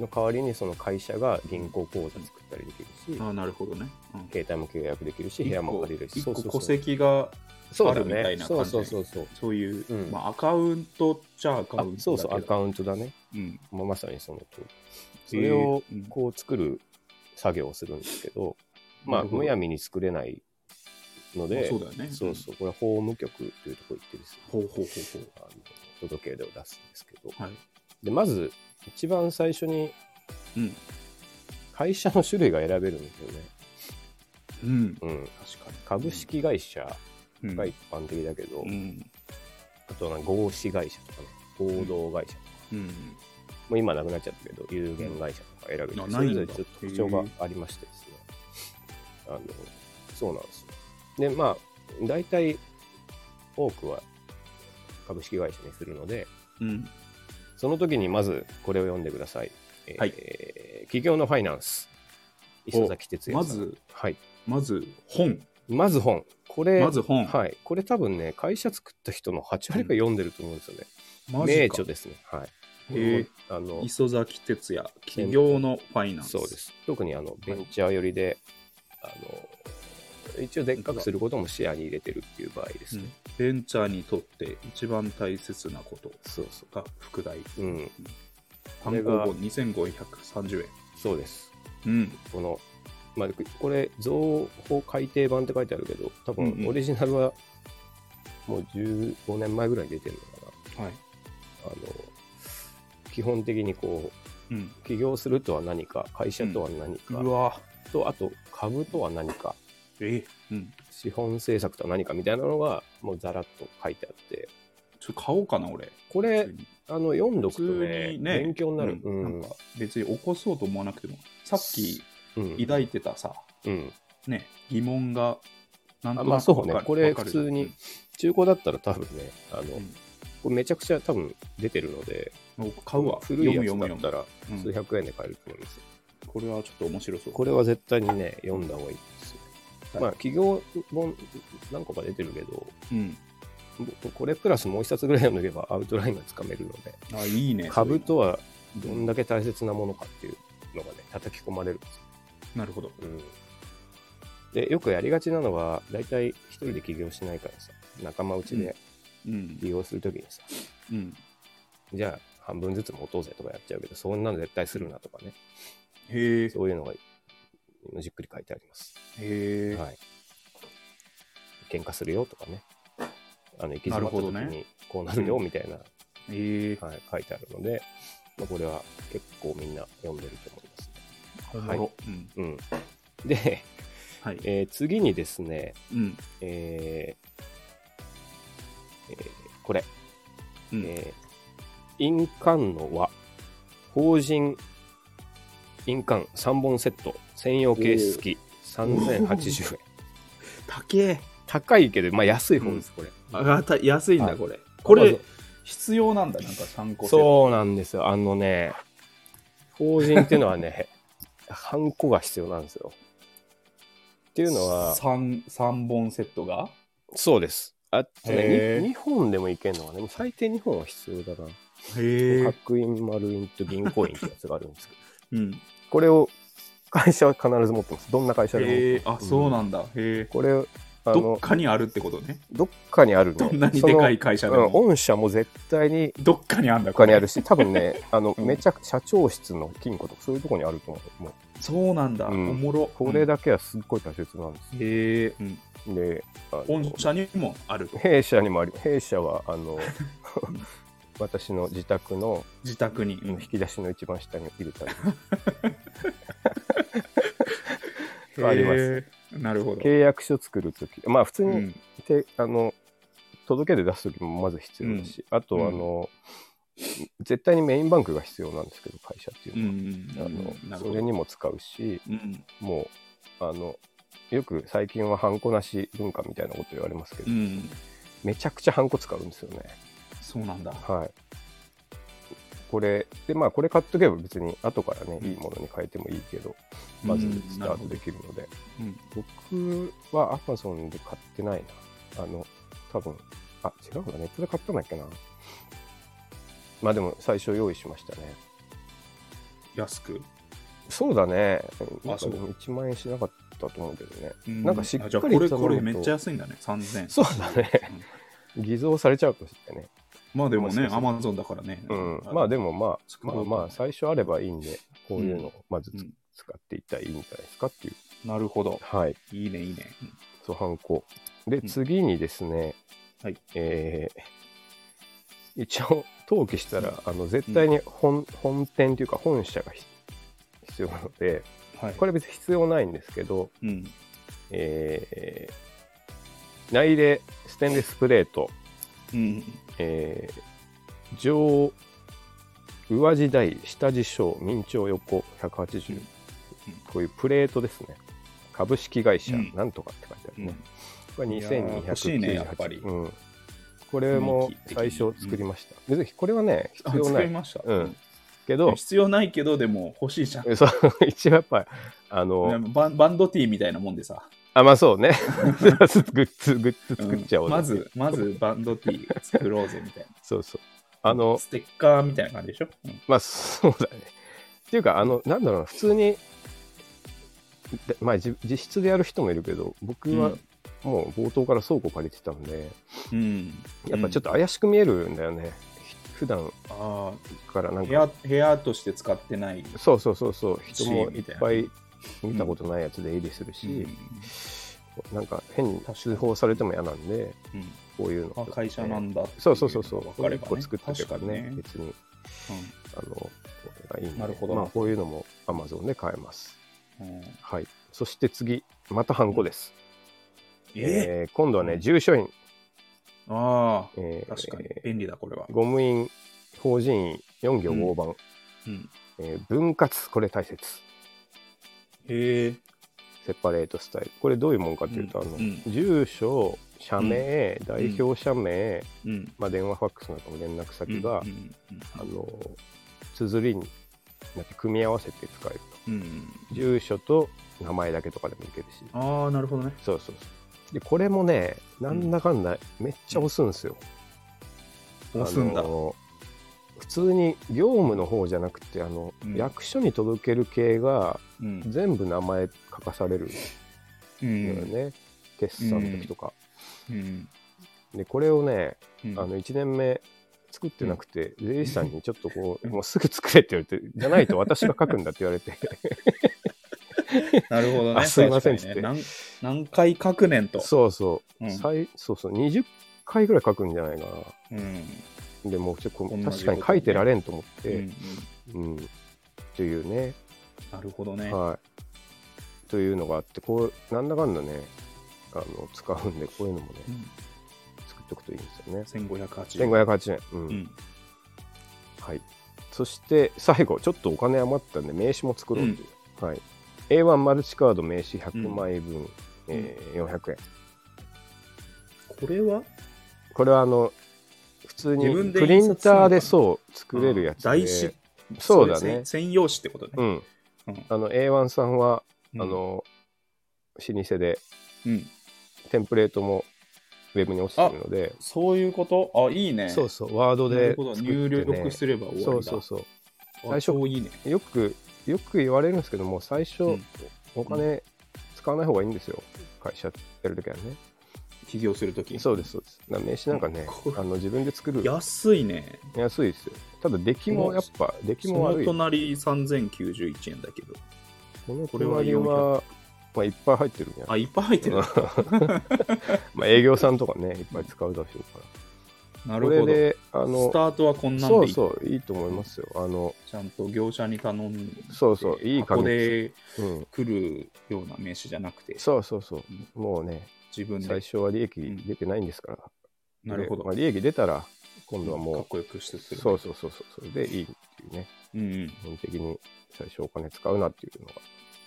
Speaker 2: の代わりにその会社が銀行口座作ったりできるし、
Speaker 1: ああ、なるほどね。うん
Speaker 2: 携帯も契約できるし部屋も借りれるし
Speaker 1: 一個一個
Speaker 2: そ
Speaker 1: 戸
Speaker 2: うそう
Speaker 1: 籍が、
Speaker 2: そう
Speaker 1: あるみたいな感じ
Speaker 2: そうそうそうそう
Speaker 1: そういう
Speaker 2: う、ん
Speaker 1: まあ、アカウントっちゃアカ
Speaker 2: あ
Speaker 1: ウントだけど。
Speaker 2: そうそうアカウントだね、
Speaker 1: うん。
Speaker 2: まあ、まさにその通りそれを
Speaker 1: えーうん
Speaker 2: こう作る作業をするんですけど、
Speaker 1: な
Speaker 2: まあ
Speaker 1: るほど
Speaker 2: むやみに作れないので
Speaker 1: そうだよね。
Speaker 2: そうそうこれ法務局というところ行ってですね
Speaker 1: ほうほうほうほう
Speaker 2: あの届け出を出すんですけど
Speaker 1: うん。はい。
Speaker 2: でまず一番最初に
Speaker 1: うん。
Speaker 2: 会社の種類が選べるんですよね、
Speaker 1: うん。
Speaker 2: うん、
Speaker 1: 確かに。
Speaker 2: 株式会社
Speaker 1: うん
Speaker 2: が一般的だけど、
Speaker 1: うん。
Speaker 2: あとは合資会社とかね、合同会社とか、
Speaker 1: うん。
Speaker 2: もう今なくなっちゃったけど、有限会社とか選べて、
Speaker 1: うんあ
Speaker 2: それ
Speaker 1: な
Speaker 2: ぞ
Speaker 1: い
Speaker 2: れ
Speaker 1: んだ
Speaker 2: ちょっと特徴がありましてですね、あのそうなんですよ。で、まあ、大体多くは株式会社にするので、
Speaker 1: うん。
Speaker 2: その時にまずこれを読んでください。えー
Speaker 1: はい
Speaker 2: 企業のファイナンス、磯崎哲
Speaker 1: ま
Speaker 2: 也さん。
Speaker 1: ず、
Speaker 2: はい、
Speaker 1: まず本。
Speaker 2: まず本。これ、
Speaker 1: まず本。
Speaker 2: はい、これ多分ね、会社作った人の8割が読んでると思うんですよね。
Speaker 1: マジか
Speaker 2: 名著ですね。はい。
Speaker 1: へえ
Speaker 2: あの
Speaker 1: 磯崎哲也、企業のファイナンス。
Speaker 2: そうで。す。特にあのベンチャー寄りで、あの一応でっかくすることも視野に入れてるっていう場合ですね。
Speaker 1: ん、ベンチャーにとって一番大切なこと
Speaker 2: そうそ
Speaker 1: が副題。
Speaker 2: う。うん、
Speaker 1: 単行本2530円。
Speaker 2: そうです。
Speaker 1: うん。
Speaker 2: このまあ、これ、増法改訂版って書いてあるけど、多
Speaker 1: うんう
Speaker 2: 分
Speaker 1: ん
Speaker 2: オリジナルはもう15年前ぐらいに出てるのか
Speaker 1: はい。
Speaker 2: な。あの基本的にこ
Speaker 1: うん。
Speaker 2: う、起業するとは何か、会社とは何か、
Speaker 1: わ
Speaker 2: と、あと株とは何か、
Speaker 1: えうん。
Speaker 2: 資本政策とは何かみたいなのが、もうざらっと書いてあって、
Speaker 1: ちょっと買おうかな、俺。
Speaker 2: こ
Speaker 1: 普
Speaker 2: れ
Speaker 1: 通、に
Speaker 2: あの読んどくと
Speaker 1: 普通
Speaker 2: ね
Speaker 1: にね
Speaker 2: 勉強になる。
Speaker 1: う
Speaker 2: うんん。
Speaker 1: なんか別に起こそうと思わなくても、さっき
Speaker 2: うん
Speaker 1: 抱いてたさ、
Speaker 2: うん
Speaker 1: ね、疑問が、なんとな
Speaker 2: あ
Speaker 1: く
Speaker 2: まあそう
Speaker 1: わ
Speaker 2: ね
Speaker 1: かる
Speaker 2: これ
Speaker 1: わかる
Speaker 2: 普通に中古だったら多分ね、あの、
Speaker 1: ん
Speaker 2: これめちゃくちゃ多分出てるので、
Speaker 1: もう買うわ。
Speaker 2: 古いやつ
Speaker 1: 読む
Speaker 2: だ
Speaker 1: 読
Speaker 2: っ
Speaker 1: む
Speaker 2: た
Speaker 1: 読
Speaker 2: ら
Speaker 1: む
Speaker 2: 数百円で買えると思います。
Speaker 1: うんこれはちょっと面白そう。
Speaker 2: これは絶対にね、読んだ方がいいですね。
Speaker 1: はい
Speaker 2: まあ、企業本何個か出てるけど、
Speaker 1: うん。
Speaker 2: ぼこれプラスもう一冊ぐらい読んどけばアウトラインがつかめるので、
Speaker 1: あ、いいね。
Speaker 2: 株と
Speaker 1: は。
Speaker 2: はどんだけ大切なものかっていうのがね、叩き込まれるんですよ
Speaker 1: なるほど。
Speaker 2: うんで、よくやりがちなのは、大体一人で起業しないからさ、仲間内で
Speaker 1: うん。
Speaker 2: 利用するときにさ、
Speaker 1: うん。
Speaker 2: じゃあ半分ずつ持とうぜとかやっちゃうけど、そんなの絶対するなとかね、
Speaker 1: へえ。
Speaker 2: そういうのがじっくり書いてあります。
Speaker 1: へえ。
Speaker 2: はい。喧嘩するよとかね、あの行き詰まった時
Speaker 1: なるほど
Speaker 2: にこうなるよみたいな、
Speaker 1: へえ。
Speaker 2: はい、書いてあるので、まあ、これは結構みんな読んでると思います、
Speaker 1: おも
Speaker 2: はい
Speaker 1: ろうん。
Speaker 2: ね。うん。で、
Speaker 1: はい。
Speaker 2: えー次にですね、
Speaker 1: うん。
Speaker 2: えーえーこれ、
Speaker 1: うん。
Speaker 2: えー印鑑の輪、法人印鑑3本セット、専用ケース付き、3080円。
Speaker 1: 高え。
Speaker 2: 高いけど、まあ安い方です、これ。
Speaker 1: 上がった安いん
Speaker 2: は
Speaker 1: だ、
Speaker 2: い
Speaker 1: これ。これ
Speaker 2: Amazon、
Speaker 1: 必要なんだ、なんか参考
Speaker 2: そうなんですよ。あのね、法人っていうのは ね、ハンコが必要なんですよ。っていうのは、
Speaker 1: 3、三本セットが
Speaker 2: そうです。あと
Speaker 1: へ
Speaker 2: ね、
Speaker 1: ー
Speaker 2: 2本でもいけるのはね、もう最低2本は必要だな。
Speaker 1: へえ。
Speaker 2: 角印、丸印と銀行印ってやつがあるんですけど。
Speaker 1: うん。
Speaker 2: これを会社は必ず持ってます。どんな会社でも。
Speaker 1: へえ。あ、そうんなんだ。へえ。
Speaker 2: これ、あ
Speaker 1: ど
Speaker 2: の
Speaker 1: っ、かにあるってことね。
Speaker 2: どっかにあるの。
Speaker 1: どんなにでかい
Speaker 2: そ
Speaker 1: 会社で
Speaker 2: のうん、
Speaker 1: も。
Speaker 2: 御社も絶対に
Speaker 1: どっかにあるんだ、
Speaker 2: どっかにあ
Speaker 1: る。
Speaker 2: るし、多分ね、あの、
Speaker 1: うん
Speaker 2: めちゃく社長室の金庫とかそういうとこにあると思う。もう
Speaker 1: そうなんだ。お
Speaker 2: うん
Speaker 1: もろ。
Speaker 2: これだけはすっごい大切なんです
Speaker 1: うん。へえ。うん。
Speaker 2: よ。で、あの
Speaker 1: 御社にもあると。
Speaker 2: 弊社にもあり、弊社は、あの、私の自宅の
Speaker 1: 自宅に。うん
Speaker 2: 引き出しの一番下に入れたり、あります
Speaker 1: へえ。なるほど。
Speaker 2: 契約書作るとき、まあ普通
Speaker 1: う
Speaker 2: に
Speaker 1: ん。
Speaker 2: てあの届け出出す時もまず必要だし、あと
Speaker 1: うん
Speaker 2: あの、絶対にメインバンクが必要なんですけど会社っていううんのは、
Speaker 1: うんうん。なる
Speaker 2: あのそ
Speaker 1: ほ
Speaker 2: れ
Speaker 1: ど。
Speaker 2: にも使うし
Speaker 1: うん。
Speaker 2: もうあのよく最近はハンコなし文化みたいなこと言われますけど、
Speaker 1: うん。
Speaker 2: めちゃくちゃハンコ使うんですよね
Speaker 1: そうなんだ。
Speaker 2: はいこれでまあこれ買っとけば別に後からね、
Speaker 1: うん
Speaker 2: いいものに変えてもいいけどまず
Speaker 1: うん
Speaker 2: ス
Speaker 1: な
Speaker 2: タ
Speaker 1: る
Speaker 2: ー
Speaker 1: ほ
Speaker 2: ト
Speaker 1: ど
Speaker 2: できるので、
Speaker 1: うん
Speaker 2: 僕は Amazon で買ってないな。あの、多分、あ、違うな、ネットで買ったんだっけな。まあでも、最初用意しましたね。
Speaker 1: 安く。
Speaker 2: そうだね。なんか
Speaker 1: そう
Speaker 2: でも1万円しなかったと思うけどね。
Speaker 1: う
Speaker 2: なんかしっかり
Speaker 1: あじゃあこれ、
Speaker 2: 頼むと
Speaker 1: これめっちゃ安いんだね。3000。
Speaker 2: そうだね。
Speaker 1: うん
Speaker 2: 偽造されちゃうかもしれないね。
Speaker 1: まあでも
Speaker 2: そう
Speaker 1: ね、
Speaker 2: そうそ
Speaker 1: ア
Speaker 2: う
Speaker 1: マゾンだからね。
Speaker 2: うん。まあで
Speaker 1: も。
Speaker 2: もまあ、
Speaker 1: 作
Speaker 2: ま
Speaker 1: ろ
Speaker 2: あ
Speaker 1: うと
Speaker 2: まあ、最初あればいいんで、こういうのをまずつ
Speaker 1: うん
Speaker 2: 使っていったらいいんじゃないですかっていう。
Speaker 1: なるほど。
Speaker 2: はい。
Speaker 1: いいね、いいね。うん
Speaker 2: そう、ハンコ。で、
Speaker 1: ん
Speaker 2: 次にですね、
Speaker 1: はい
Speaker 2: えー一応、登記したら、あの絶対に本,、本店というか、本社がひ必要なので、
Speaker 1: はい。
Speaker 2: これ別に必要ないんですけど、
Speaker 1: うん。
Speaker 2: えー内入れステンレスプレート、
Speaker 1: うん。
Speaker 2: えー上、上地台、下地小、明朝横180、
Speaker 1: うんうん
Speaker 2: こういうプレートですね。株式会社、
Speaker 1: うん
Speaker 2: なんとかって書いてあ
Speaker 1: う
Speaker 2: るね。
Speaker 1: ん
Speaker 2: これ
Speaker 1: いやー欲しいねやっぱり
Speaker 2: 2298うん、これも最初作りました、別にこれはね
Speaker 1: あ
Speaker 2: 必要な
Speaker 1: 作り
Speaker 2: い
Speaker 1: ました。
Speaker 2: うんけど
Speaker 1: 必要ないけど、でも欲しいじゃん。
Speaker 2: そう 一応やっぱりあの
Speaker 1: バンバンドティーみたいなもんでさ、
Speaker 2: あまあそうね グッズグッズ
Speaker 1: うん
Speaker 2: 作っちゃおう、
Speaker 1: まずまずバンドティー作ろうぜみたいな
Speaker 2: そうそうあの
Speaker 1: ステッカーみたいな感じでしょ、うん
Speaker 2: まあそうだねっていうかあのなんだろうな普通にでまあじ実質でやる人もいるけど僕はもう冒頭から倉庫借りてたんで、
Speaker 1: うん、
Speaker 2: やっぱちょ
Speaker 1: と、
Speaker 2: っと怪しく見えるんだよね、普段
Speaker 1: ああ
Speaker 2: からなん
Speaker 1: 部
Speaker 2: か
Speaker 1: 屋部屋として使ってない
Speaker 2: そうそうそうそう人もいっぱい見たことないやつで絵入りするし、
Speaker 1: う
Speaker 2: なんか変に通報されても嫌なんで、
Speaker 1: んうん
Speaker 2: こういうのとか
Speaker 1: あ
Speaker 2: ね、
Speaker 1: 会社なんだっていのが
Speaker 2: そうそうそうそう、
Speaker 1: 分
Speaker 2: こ
Speaker 1: か
Speaker 2: れ
Speaker 1: れ
Speaker 2: 一
Speaker 1: ば、
Speaker 2: 個
Speaker 1: ね、
Speaker 2: 作ってるからね、
Speaker 1: 確
Speaker 2: 別に、
Speaker 1: かに
Speaker 2: あの、これがいいんで
Speaker 1: なるほど
Speaker 2: まあ、こういうのも Amazon で買えます。
Speaker 1: うんうん
Speaker 2: はい。そして次、またハンコです。
Speaker 1: え
Speaker 2: ー今度はね、住所印。
Speaker 1: あ
Speaker 2: え
Speaker 1: あ
Speaker 2: ー
Speaker 1: 確かに便利だこれは、
Speaker 2: ゴム印、法人印、4行合板、
Speaker 1: うん、
Speaker 2: えー分割、これ大切。
Speaker 1: へえ
Speaker 2: セパレートスタイル。これどういうもんかっていうと、
Speaker 1: うん
Speaker 2: あの
Speaker 1: うん
Speaker 2: 住所、社名、代表者名、
Speaker 1: うん
Speaker 2: まあ、電話、ファックスなんかも連絡先が、
Speaker 1: うんうんうん
Speaker 2: あの、綴りになって組み合わせて使えると。
Speaker 1: うんうん、
Speaker 2: 住所と名前だけとかでもいけるし。
Speaker 1: ああなるほどね
Speaker 2: そうそうそう。で、これもね、なんだかんだ、めっちゃ押すんですよ。
Speaker 1: 押すんだ、
Speaker 2: あの普通に業務の方じゃなくてあの、
Speaker 1: うん
Speaker 2: 役所に届ける系が
Speaker 1: うん
Speaker 2: 全部名前書かされる
Speaker 1: う
Speaker 2: のよ
Speaker 1: ん
Speaker 2: ね、決算の時とか、
Speaker 1: うん
Speaker 2: でこれをね
Speaker 1: うん
Speaker 2: あの1年目作ってなくて、税理士さんにちょっとこう、もう すぐ作れって言われて、じゃないと私が書くんだって言われて、
Speaker 1: なるほどね。
Speaker 2: あすいません
Speaker 1: 確かにね
Speaker 2: つ
Speaker 1: 何何回確年と。
Speaker 2: そうそう、
Speaker 1: うん
Speaker 2: 最そうそう、20回ぐらい書くんじゃないか
Speaker 1: うん。
Speaker 2: な。でもうちょっとこ
Speaker 1: 同
Speaker 2: う
Speaker 1: じ
Speaker 2: 確かに書いてられんと思っ
Speaker 1: うんうん
Speaker 2: て、うん、っていうね、
Speaker 1: なるほどね。
Speaker 2: はい、というのがあってこうなんだかんだねあの使うんでこういうのもね
Speaker 1: うん
Speaker 2: 作っておくといいんですよね
Speaker 1: 1580円。
Speaker 2: 1580円、うん
Speaker 1: うん。
Speaker 2: はい、そして最後ちょっとお金余ったんで名刺も作ろうという、はい、A1 マルチカード名刺100枚分、えー400円
Speaker 1: これは
Speaker 2: これはあの普通に
Speaker 1: 自分で
Speaker 2: プリンターでそう作れるやつで、
Speaker 1: 台紙。
Speaker 2: そうだね
Speaker 1: れ専専用紙ってことね。
Speaker 2: うん
Speaker 1: うん
Speaker 2: あの A1 さんは、
Speaker 1: うん
Speaker 2: あ、の老舗で
Speaker 1: うん。
Speaker 2: テンプレートもウェブに落ちてるので
Speaker 1: そういうことあ、いいね。
Speaker 2: そうそう、ワード
Speaker 1: なる
Speaker 2: で
Speaker 1: ほど
Speaker 2: 作ってね、
Speaker 1: 入力すれば終わ
Speaker 2: そ
Speaker 1: り
Speaker 2: う
Speaker 1: だ。
Speaker 2: そうそう
Speaker 1: あ
Speaker 2: 最初
Speaker 1: そういいね。
Speaker 2: よくよく言われるんですけども最初、
Speaker 1: うん
Speaker 2: お金使わない方がいいんですよ会社やるときはね
Speaker 1: 起業するとき。
Speaker 2: そうですそうですだから名刺なんかね
Speaker 1: うん
Speaker 2: あの自分で作る
Speaker 1: 安いね。
Speaker 2: 安いですよただ出来
Speaker 1: こ
Speaker 2: も
Speaker 1: の
Speaker 2: やっぱ出来
Speaker 1: そ
Speaker 2: も悪
Speaker 1: の
Speaker 2: い
Speaker 1: 隣3091円だけど。
Speaker 2: この
Speaker 1: これは
Speaker 2: 隣は、まあ、いっぱい入ってるんや
Speaker 1: あ、いっぱい入ってる。
Speaker 2: まあ営業さんとかねいっぱい使うだろうから
Speaker 1: な
Speaker 2: こ
Speaker 1: る
Speaker 2: れ
Speaker 1: ほど。
Speaker 2: であ
Speaker 1: ス
Speaker 2: の
Speaker 1: タートはこんなんで
Speaker 2: そ
Speaker 1: いいう
Speaker 2: そういいと思いますよあの
Speaker 1: ちゃんと業者に頼んで、
Speaker 2: そうそういい
Speaker 1: こ
Speaker 2: 感
Speaker 1: こ
Speaker 2: じ
Speaker 1: で
Speaker 2: うん、
Speaker 1: 来るような名刺じゃなくて、
Speaker 2: そうそうそう
Speaker 1: うん
Speaker 2: もうね
Speaker 1: 自分で、
Speaker 2: 最初は利益出てないんですから、
Speaker 1: なるほど、
Speaker 2: まあ、利益出たら、今度は
Speaker 1: かっ
Speaker 2: も
Speaker 1: こよく出
Speaker 2: う、
Speaker 1: する。
Speaker 2: そうそうそうそう、それでいいっていうね、
Speaker 1: うんうん。
Speaker 2: 基本的に最初お金使うなっていうのが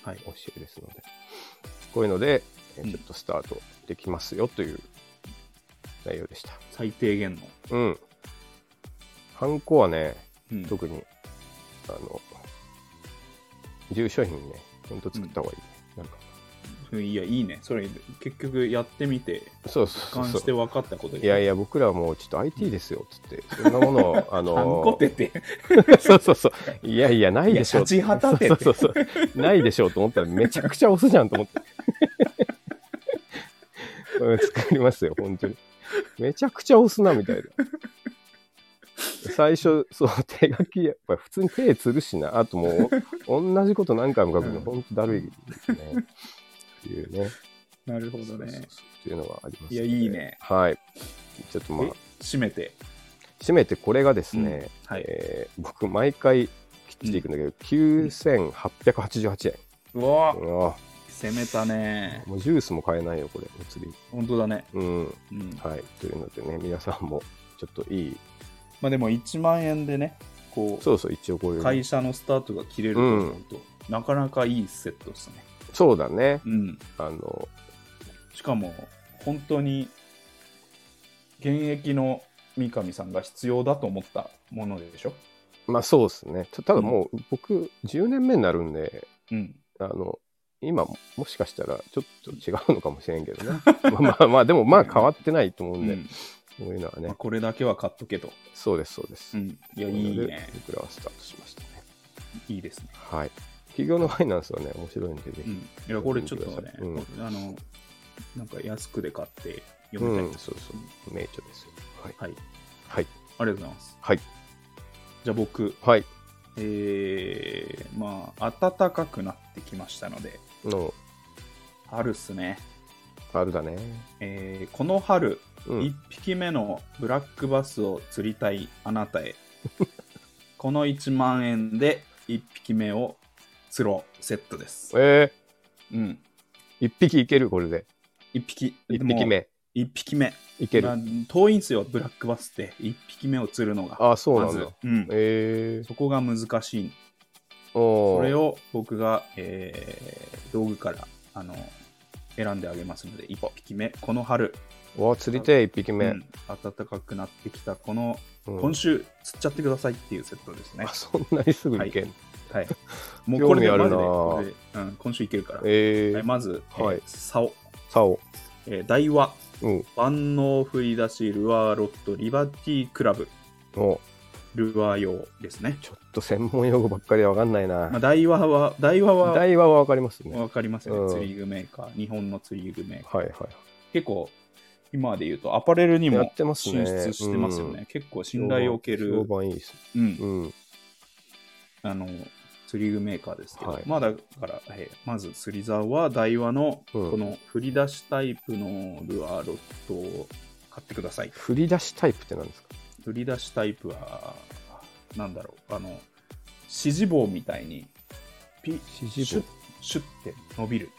Speaker 1: はい。
Speaker 2: 教えですので、こういうので、え
Speaker 1: うん
Speaker 2: ちょっとスタートできますよという内容でした。
Speaker 1: 最低限の。
Speaker 2: うん。ハンコはね、
Speaker 1: うん、
Speaker 2: 特に、あの、住所品ね、ほんと作った方がいい、ねなんか、
Speaker 1: うんいや、いいね。それ、結局やってみて、
Speaker 2: そう
Speaker 1: 俯
Speaker 2: そう
Speaker 1: 瞰
Speaker 2: そう
Speaker 1: して
Speaker 2: そう。
Speaker 1: 分かったこと
Speaker 2: いやい
Speaker 1: や、
Speaker 2: や、僕らはもうちょっと IT ですよ、つって。そんなものを、あの
Speaker 1: ハンコって て、
Speaker 2: そうそうそう。いやいや、ないでしょ。
Speaker 1: いやシャチハタって
Speaker 2: そうそうそうそう。ないでしょうと思ったら、めちゃくちゃ押すじゃんと思って。うん作りますよ、本当に。めちゃくちゃ押すな、みたいな。最初、そう、手書き、やっぱり普通に手つるしな。あともう、同じこと何回も書く
Speaker 1: う
Speaker 2: の、
Speaker 1: ん
Speaker 2: 本当だるいですね。っていうね。
Speaker 1: なるほど
Speaker 2: そうそう
Speaker 1: ね。
Speaker 2: そうっていうのはあります、
Speaker 1: いや、いい。ね。
Speaker 2: はい。ちょっとまあ
Speaker 1: え、締めて。
Speaker 2: 締めてこれがですね、
Speaker 1: うんはい
Speaker 2: えー僕毎回きっちりいくんだけど、9888円、
Speaker 1: うわ
Speaker 2: うわ
Speaker 1: 攻めたね。
Speaker 2: もうジュースも買えないよこれお釣り
Speaker 1: 本当だね。
Speaker 2: うん
Speaker 1: うん。
Speaker 2: はいというのでね皆さんもちょっといい
Speaker 1: まあでも、1万円でね、こ、
Speaker 2: そうそう一応こういうう
Speaker 1: 会
Speaker 2: ね
Speaker 1: 社のスタートが切れると思うと、なかなかいいセットですね。
Speaker 2: そうだね
Speaker 1: うん。
Speaker 2: あの
Speaker 1: しかも本当に現役の三上さんが必要だと思ったものでしょ、
Speaker 2: まあそうですねたただもう僕10年目になるんで
Speaker 1: うん、
Speaker 2: あの今ももしかしたらちょっと違うのかもしれんけど ねまあまあでもまあ変わってないと思うんで、
Speaker 1: うん
Speaker 2: こういうのは
Speaker 1: まあ
Speaker 2: ね
Speaker 1: これだけは買っとけと、
Speaker 2: そうですそうです、
Speaker 1: いや
Speaker 2: と
Speaker 1: いうい
Speaker 2: ので
Speaker 1: ね
Speaker 2: 僕らはスタートしましたね
Speaker 1: いいですね、
Speaker 2: はい。企業のファイナンスはね、面白いんで、ぜ
Speaker 1: う
Speaker 2: ひ。
Speaker 1: ん、いやこれちょっとね、
Speaker 2: う
Speaker 1: あのなんか安くで買って
Speaker 2: う
Speaker 1: 読みたい
Speaker 2: ん、
Speaker 1: です、
Speaker 2: そうそう。名著ですよ。はい。
Speaker 1: はい
Speaker 2: は
Speaker 1: あり
Speaker 2: い。
Speaker 1: がとうございます
Speaker 2: はい。
Speaker 1: じゃあ僕
Speaker 2: はい。
Speaker 1: えー、まあ、暖かくなってきましたので、
Speaker 2: の
Speaker 1: 春っすね。
Speaker 2: あるだね。
Speaker 1: えーこの春、
Speaker 2: うん
Speaker 1: 1匹目のブラックバスを釣りたいあなたへ この1万円で1匹目を釣ろうセットです、
Speaker 2: え
Speaker 1: うん、
Speaker 2: ー、一匹いけるこれで。
Speaker 1: 1匹
Speaker 2: 一匹目。
Speaker 1: 1匹目
Speaker 2: いけ
Speaker 1: まあ
Speaker 2: る。
Speaker 1: 遠いんですよブラックバスって1匹目を釣るのが
Speaker 2: あ、そう
Speaker 1: ま
Speaker 2: なん
Speaker 1: ず
Speaker 2: だ。、
Speaker 1: うん、
Speaker 2: え
Speaker 1: そこが難しい
Speaker 2: ー、お
Speaker 1: それ
Speaker 2: ー
Speaker 1: を僕が、えー道具からあの選んであげますので1匹目この春、
Speaker 2: うわ、釣りてえ、一匹
Speaker 1: う
Speaker 2: 目。
Speaker 1: ん、暖かくなってきたこの
Speaker 2: うん
Speaker 1: 今週釣っちゃってくださいっていうセットですね
Speaker 2: あ、。そんなにすぐいけんの、
Speaker 1: はい。もうこれで
Speaker 2: 興味ある
Speaker 1: マ
Speaker 2: な
Speaker 1: ジでこれで、うん、今週いけるから。
Speaker 2: え
Speaker 1: はい
Speaker 2: ー、
Speaker 1: まず、えー
Speaker 2: はい
Speaker 1: 竿、
Speaker 2: 竿。
Speaker 1: えー、台は
Speaker 2: うん。
Speaker 1: 万能振り出しルアーロットリバティクラブ
Speaker 2: お
Speaker 1: ルアー用ですね。
Speaker 2: ちょっと専門用語ばっかりわかんないな。
Speaker 1: まあ、台話は台話は
Speaker 2: 台はわかりますね。
Speaker 1: わかりますよね、
Speaker 2: うん
Speaker 1: 釣り具メーカー日本の釣り具メーカー
Speaker 2: はいはい。
Speaker 1: 結構今で言うとアパレルに
Speaker 2: や
Speaker 1: も
Speaker 2: ってますね。
Speaker 1: 進出してますよね。
Speaker 2: うん。
Speaker 1: 結構信頼を受け
Speaker 2: 評
Speaker 1: る、
Speaker 2: 判いいです。
Speaker 1: うん
Speaker 2: うん。
Speaker 1: あの釣り具メーカーですけど、
Speaker 2: はい
Speaker 1: まあだから、えーまず釣り竿は台和の
Speaker 2: うん
Speaker 1: この振り出しタイプのルアーロットを買ってください。
Speaker 2: 振り出しタイプって何ですか
Speaker 1: 振り出しタイプは、なんだろう、あの、指示棒みたいにピ
Speaker 2: 指
Speaker 1: シュッ、シュッて伸びる。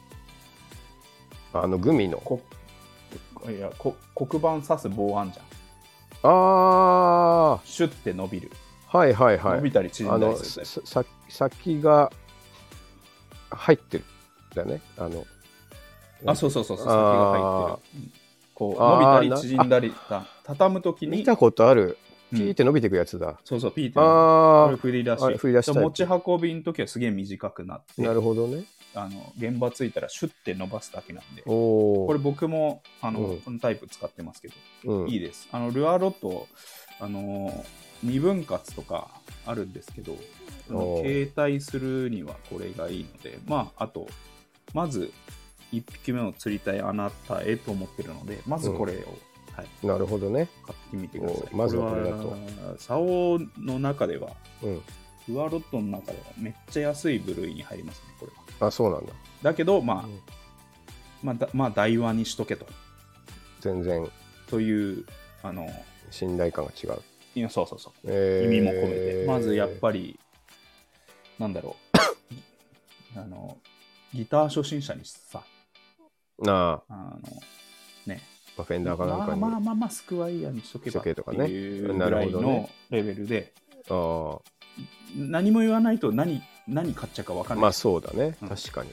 Speaker 2: あの、グミの。
Speaker 1: こいやこ黒板刺す棒あんじゃん。
Speaker 2: あ
Speaker 1: シュッて伸びる。
Speaker 2: あ、はいはいは
Speaker 1: 伸び
Speaker 2: い。
Speaker 1: たり縮
Speaker 2: あ
Speaker 1: んだり
Speaker 2: の、
Speaker 1: す
Speaker 2: さ
Speaker 1: るタイ
Speaker 2: さ先が入ってる。だね。あの、
Speaker 1: プ。あ、そうそうそうそう、先が入
Speaker 2: あー
Speaker 1: ってる。うんこう
Speaker 2: あー
Speaker 1: 伸びたり縮んだりた、畳むとき
Speaker 2: 見
Speaker 1: に、
Speaker 2: たことある。
Speaker 1: う
Speaker 2: ピ
Speaker 1: ん
Speaker 2: ーって伸びてくやつだ。
Speaker 1: そうそう、ピーって伸びる。こ
Speaker 2: あ
Speaker 1: れ振り出し。
Speaker 2: あ振り出しタイプ
Speaker 1: 持ち運びの時はすげえ短くなっ
Speaker 2: あ、
Speaker 1: て、
Speaker 2: なるほどね。
Speaker 1: あの現場着いたらシュッて伸ばすだけなんで、こ
Speaker 2: おお。
Speaker 1: れ僕もあの、
Speaker 2: うん
Speaker 1: このタイプ使ってますけど、
Speaker 2: うん、
Speaker 1: いいです。あのルアーロット、あの二分割とかあるんですけど、あの
Speaker 2: おー
Speaker 1: 携帯するにはこれがいいので、まあ、あと、まず1匹目の釣りたいあなたへと思ってるので、まずこれを、はい、
Speaker 2: なるほどね。
Speaker 1: 買ってみてください。
Speaker 2: おまずはこれだと
Speaker 1: これは竿の中では
Speaker 2: うん。
Speaker 1: ルアーロットの中ではめっちゃ安い部類に入りますね、これは。
Speaker 2: あ、そうなんだ。
Speaker 1: だけど、まあ、
Speaker 2: うん
Speaker 1: まあ、だまあ、台湾にしとけと。
Speaker 2: 全然
Speaker 1: という、あの、
Speaker 2: 信頼感が違う。
Speaker 1: いやそうそうそう。
Speaker 2: え
Speaker 1: 意
Speaker 2: ー
Speaker 1: 味も込めて。まず、やっぱり、なんだろう。 あの、ギター初心者にさ、
Speaker 2: なあ、
Speaker 1: あの、ね、
Speaker 2: まあフェン
Speaker 1: ま
Speaker 2: ダ
Speaker 1: あ
Speaker 2: ーかなんかに。
Speaker 1: まあまあまあ、スクワイヤーにしとけば
Speaker 2: しとけとかね
Speaker 1: っていうぐらい
Speaker 2: なるほど
Speaker 1: の
Speaker 2: ね
Speaker 1: レベルで、
Speaker 2: あ
Speaker 1: 何も言わないと何、何買っちゃうか分か
Speaker 2: あ、
Speaker 1: んない。
Speaker 2: まあそうだね。
Speaker 1: うん
Speaker 2: 確かに。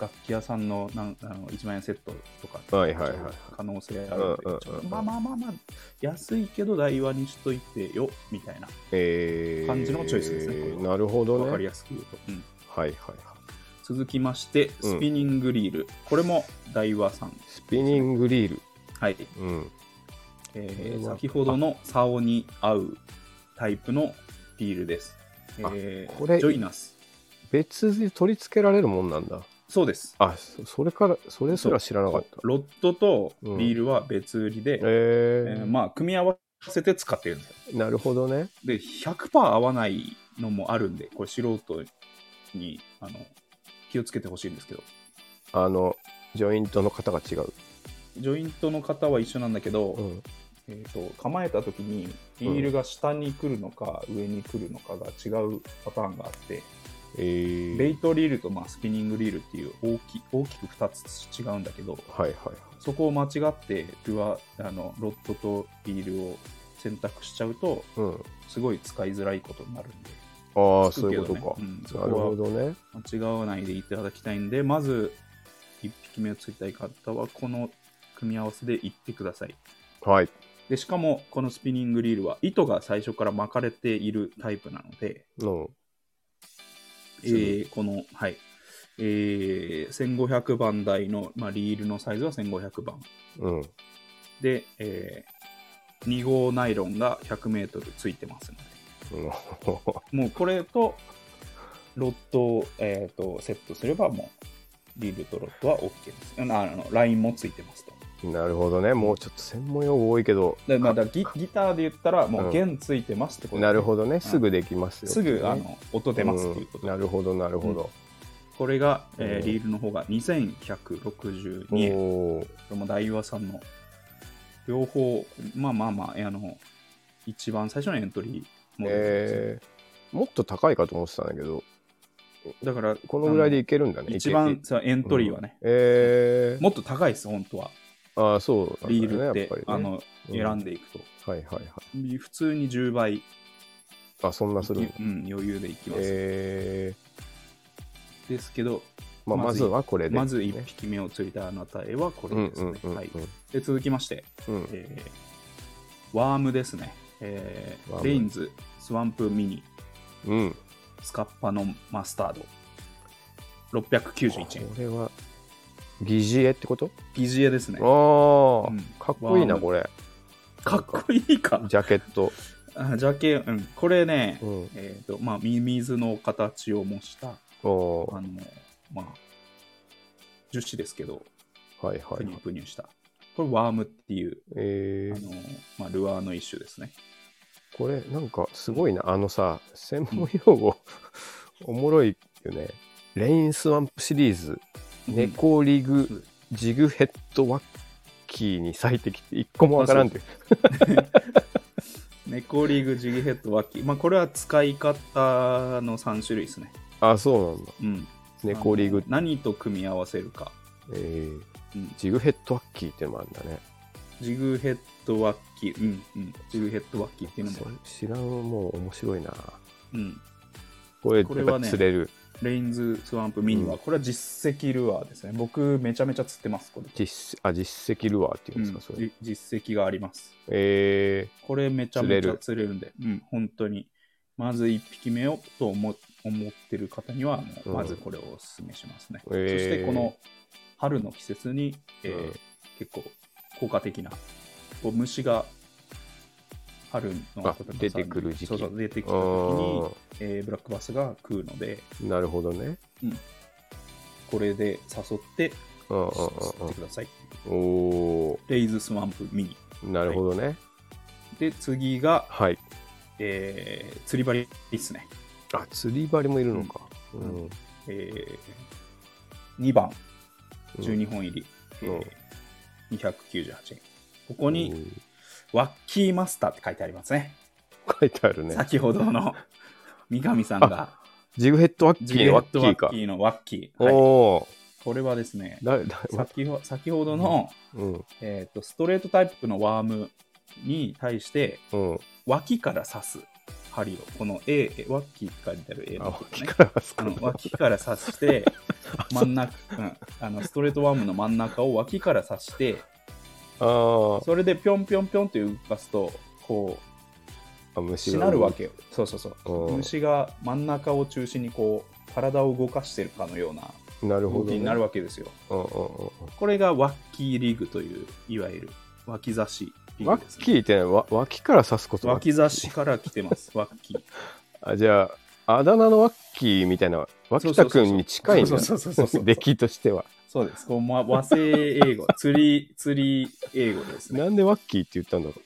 Speaker 1: 楽器屋さんのなんあの1万円セットとか
Speaker 2: はいはいはい
Speaker 1: 可能性あるので、
Speaker 2: うんうんうん
Speaker 1: ちょっとまあまあまあまあ安いけど台湾にしといてよみたいな
Speaker 2: えー、
Speaker 1: 感じのチョイスですねこれは
Speaker 2: なるほどね。
Speaker 1: わかり
Speaker 2: はい
Speaker 1: やすく言うと、うん
Speaker 2: はいはい。
Speaker 1: 続きまして
Speaker 2: うん
Speaker 1: スピニングリール、これも台湾さん
Speaker 2: スピニングリール。
Speaker 1: はい、
Speaker 2: うん。
Speaker 1: えー
Speaker 2: これは
Speaker 1: 先ほどの竿に合うタイプのリールです、えー
Speaker 2: これ
Speaker 1: ジョイナス
Speaker 2: 別で取り付けられるもんなんだ。
Speaker 1: そうです
Speaker 2: あ、そそれから、それすら知らなかった。
Speaker 1: ロットとリールは別売りで、
Speaker 2: え
Speaker 1: え
Speaker 2: ー
Speaker 1: ーまあ組み合わせて使ってるんですよ
Speaker 2: なるほどね。
Speaker 1: で100%合わないのもあるんでこれ素人にあの気をつけてほしいんですけど
Speaker 2: あの、ジョイントの型が違う。
Speaker 1: ジョイントの方は一緒なんだけど、
Speaker 2: うん。
Speaker 1: えー、と構えた時にリールが下に来るのか上に来るのかが違うパターンがあって、
Speaker 2: えー、
Speaker 1: ベイトリールとまあスピニングリールっていう大き大きく2つ違うんだけど
Speaker 2: はいはいはい。
Speaker 1: そこを間違ってルアーあのロッドとリールを選択しちゃうと
Speaker 2: うん。
Speaker 1: すごい使いづらいことになるんで
Speaker 2: ああ、
Speaker 1: つく
Speaker 2: そう
Speaker 1: け
Speaker 2: い
Speaker 1: どね
Speaker 2: うことか。
Speaker 1: うんそこは
Speaker 2: なるほどね。
Speaker 1: 間違わないでいただきたいんで、まず1匹目を釣りたい方は、この組み合わせでいってください。
Speaker 2: はい。
Speaker 1: で、しかも、このスピニングリールは、糸が最初から巻かれているタイプなので、
Speaker 2: の、
Speaker 1: えーこの、はい、えー1500番台の、まあ、リールのサイズは1500番。
Speaker 2: うん。
Speaker 1: で、え2号ナイロンが100メートルついてますので、
Speaker 2: うん
Speaker 1: もうこれと、ロットを、えーとセットすれば、もう、リールとロットは OK です。ああの、ラインもついてますと。
Speaker 2: なるほどね。もうちょっと専門用語多いけど、
Speaker 1: でまあ、だからギギターで言ったら、もう弦ついてますってこと、
Speaker 2: なるほどね。すぐできますよ、
Speaker 1: すぐあ、の音出ますっていうこと、
Speaker 2: んなるほど、なるほど。
Speaker 1: これが、えー
Speaker 2: うん
Speaker 1: リールの方が2162円。こ
Speaker 2: おー
Speaker 1: れも大和さんの両方、まあまあまあ、えーあの、一番最初のエントリーも、
Speaker 2: えーもっと高いかと思ってたんだけど、
Speaker 1: だから、
Speaker 2: このぐらいで
Speaker 1: あ
Speaker 2: いけるんだ
Speaker 1: の
Speaker 2: ね。
Speaker 1: 一番
Speaker 2: いけ
Speaker 1: さエントリーはね、
Speaker 2: えー、
Speaker 1: もっと高いです、本当は。
Speaker 2: ああ、そうなんだね、
Speaker 1: リールって、
Speaker 2: やっぱりね
Speaker 1: あの、
Speaker 2: うん
Speaker 1: 選んでいくと。
Speaker 2: はいはいはい。
Speaker 1: 普通に10倍、
Speaker 2: あ、そんなするんだ
Speaker 1: うん、余裕でいきます。
Speaker 2: え
Speaker 1: ですけど、
Speaker 2: ーまあ、
Speaker 1: ま
Speaker 2: ま
Speaker 1: ず
Speaker 2: ずはこれで。
Speaker 1: まず1
Speaker 2: ね
Speaker 1: 匹目をついたあなたへはこれ
Speaker 2: うん
Speaker 1: です
Speaker 2: うん
Speaker 1: ね。
Speaker 2: うん
Speaker 1: はい、で続きまして、
Speaker 2: うんうん
Speaker 1: えーワームですね、えー
Speaker 2: ワーム
Speaker 1: レインズ、スワンプミニ、
Speaker 2: うん
Speaker 1: スカッパのマスタード、691円。
Speaker 2: これは疑似絵ってこと
Speaker 1: 疑似絵ですね。
Speaker 2: ああ、
Speaker 1: うん
Speaker 2: かっこいいな
Speaker 1: わー
Speaker 2: これ
Speaker 1: かっこいいか。
Speaker 2: ジャケット、
Speaker 1: あジャケ、うん、これね、
Speaker 2: うん、
Speaker 1: えっ、と、まあ、ミミズの形を模した、
Speaker 2: おー
Speaker 1: あの、まあ、樹脂ですけど、
Speaker 2: はいは
Speaker 1: プ
Speaker 2: い
Speaker 1: ニュプニュした。これ、ワームっていう、あ
Speaker 2: えー、
Speaker 1: の、まあ、ルアーの一種ですね。
Speaker 2: これなんかすごいなあのさ専門用語おもろいよねレインスワンプシリーズネコリ
Speaker 1: うん
Speaker 2: グジグヘッドワッキーに最適って一個もわからんって
Speaker 1: ネコリグ、ジギヘッド、ワキ。まあ、これは使い方の3種類ですね。
Speaker 2: あそうなんだ
Speaker 1: うん。
Speaker 2: ネコリ
Speaker 1: あ
Speaker 2: グ
Speaker 1: の何と組み合わせるか。
Speaker 2: えー
Speaker 1: うん、
Speaker 2: ジグヘッドワッキーってのもあるんだね
Speaker 1: ジグヘッド、ワッキ。うん、うん。ジグヘッド、ワッキっていうの
Speaker 2: そ
Speaker 1: も。
Speaker 2: れ知らんもう面白いな
Speaker 1: うん。
Speaker 2: これ
Speaker 1: これ
Speaker 2: や
Speaker 1: は
Speaker 2: っ
Speaker 1: ね
Speaker 2: ぱ釣れる
Speaker 1: レインズ、スワンプ、ミニは、
Speaker 2: う
Speaker 1: これは実績ルアーですね。僕、めちゃめちゃ釣ってます、これ。
Speaker 2: 実あ実績ルアーっていうんですか、それ
Speaker 1: じ実績があります。
Speaker 2: え
Speaker 1: これめちゃめち
Speaker 2: 釣れ
Speaker 1: ゃ
Speaker 2: る
Speaker 1: 釣れるんで、うん、本当に。まず1匹目をと思思ってる方には、もう
Speaker 2: うん
Speaker 1: まずこれをおすすめしますね。
Speaker 2: えー
Speaker 1: そしてこの春の季節に、えー
Speaker 2: うん
Speaker 1: 結構効果的な、こう虫が春の
Speaker 2: あ
Speaker 1: こと
Speaker 2: 出てくる時期
Speaker 1: そうそう出てき
Speaker 2: ー、
Speaker 1: た時に
Speaker 2: あ、
Speaker 1: えーブラックバスが食うので、
Speaker 2: ーなるほどね
Speaker 1: これで誘って
Speaker 2: うんうん
Speaker 1: 釣ってください。
Speaker 2: うんうんお
Speaker 1: レイズスワンプミニ。
Speaker 2: ーなるほどね
Speaker 1: で、次が、
Speaker 2: はい、
Speaker 1: えー釣り針ですね。
Speaker 2: あ釣り針もいるのか、うんん
Speaker 1: えー、2番、12本入り、
Speaker 2: うん
Speaker 1: えー298円。ここに、ワッキーマスターって書いてありますね。
Speaker 2: うん書いてあるね
Speaker 1: 先ほど の三上さんが、
Speaker 2: ジグヘッドワッキ
Speaker 1: ジ
Speaker 2: ー
Speaker 1: ゲ
Speaker 2: の
Speaker 1: ッ
Speaker 2: ワッキ
Speaker 1: トワッ
Speaker 2: ーか
Speaker 1: キーのワッキー。はい、
Speaker 2: おお
Speaker 1: これはですね、
Speaker 2: 誰誰
Speaker 1: 先ほ先ほどの、
Speaker 2: うん
Speaker 1: えー、とストレートタイプのワームに対して、
Speaker 2: うん
Speaker 1: 脇から刺す針を、ここの A、えワッキーって書いてある A
Speaker 2: あ
Speaker 1: の
Speaker 2: ワ
Speaker 1: とこ
Speaker 2: ッキ
Speaker 1: ね
Speaker 2: ーからあ そ
Speaker 1: あ
Speaker 2: こ
Speaker 1: の脇から刺 して、真ん中、うん、あのストレートワームの真ん中を脇から刺して、
Speaker 2: あー
Speaker 1: それでぴょんぴょんぴょんと動かすと、こ
Speaker 2: あ
Speaker 1: う、
Speaker 2: 虫
Speaker 1: しなるわけよ。そうそうそう。
Speaker 2: うん
Speaker 1: 虫が真ん中を中心にこう、体を動かしてるかのような
Speaker 2: なる
Speaker 1: 動
Speaker 2: ほど、
Speaker 1: き
Speaker 2: ね、
Speaker 1: になるわけですよ。
Speaker 2: うんうんうんうん
Speaker 1: これがワッキーリグという、いわゆる脇差しリグ
Speaker 2: ワ
Speaker 1: で
Speaker 2: ッ
Speaker 1: す、
Speaker 2: キーってねわ脇から刺すことが
Speaker 1: 脇差しから来てます、ワッキー。
Speaker 2: あじゃああだ名のワッキーみたいな脇田君に近いんだ
Speaker 1: そうそうそうそうそうそう
Speaker 2: 出来としては
Speaker 1: そうです。こうま和製英語、釣り、釣り英語ですね。
Speaker 2: なんでワッキーって言ったんだろう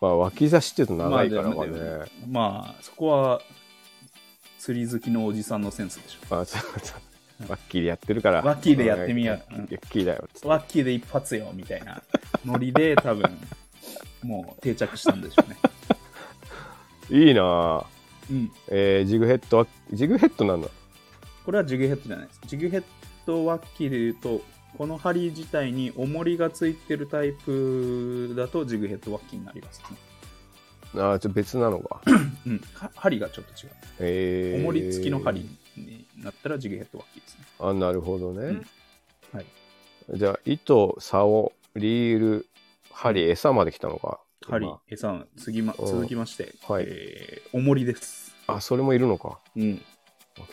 Speaker 2: まあ脇差しって言うと長いから
Speaker 1: ま
Speaker 2: か
Speaker 1: あでも
Speaker 2: ね
Speaker 1: まあそこは釣り好きのおじさんのセンスでしょ
Speaker 2: あそうそうワッキーでやってるから
Speaker 1: ワッキーでやってみよう
Speaker 2: ワッキーだよつって
Speaker 1: ワッキーで一発よみたいなノリで多分もう定着したんでし ょうね
Speaker 2: いいなあ
Speaker 1: うん
Speaker 2: えージグヘッドワッジグヘッドなんだ
Speaker 1: これはジグヘッドじゃないですジグヘッドワッキーで言うとこの針自体に重りがついてるタイプだとジグヘッドワッキーになりますね、
Speaker 2: あちょ別なのか
Speaker 1: うん、は針がちょっと違う
Speaker 2: えー
Speaker 1: 重り付きの針になったらジグヘッドワッキーですね
Speaker 2: あなるほどね、
Speaker 1: うんはい
Speaker 2: じゃあ糸竿リール針餌まで来たのか
Speaker 1: 針
Speaker 2: 今
Speaker 1: 餌次、ま、
Speaker 2: うん
Speaker 1: 続きまして、
Speaker 2: はい
Speaker 1: えー重りです
Speaker 2: あそれもいるのか
Speaker 1: うん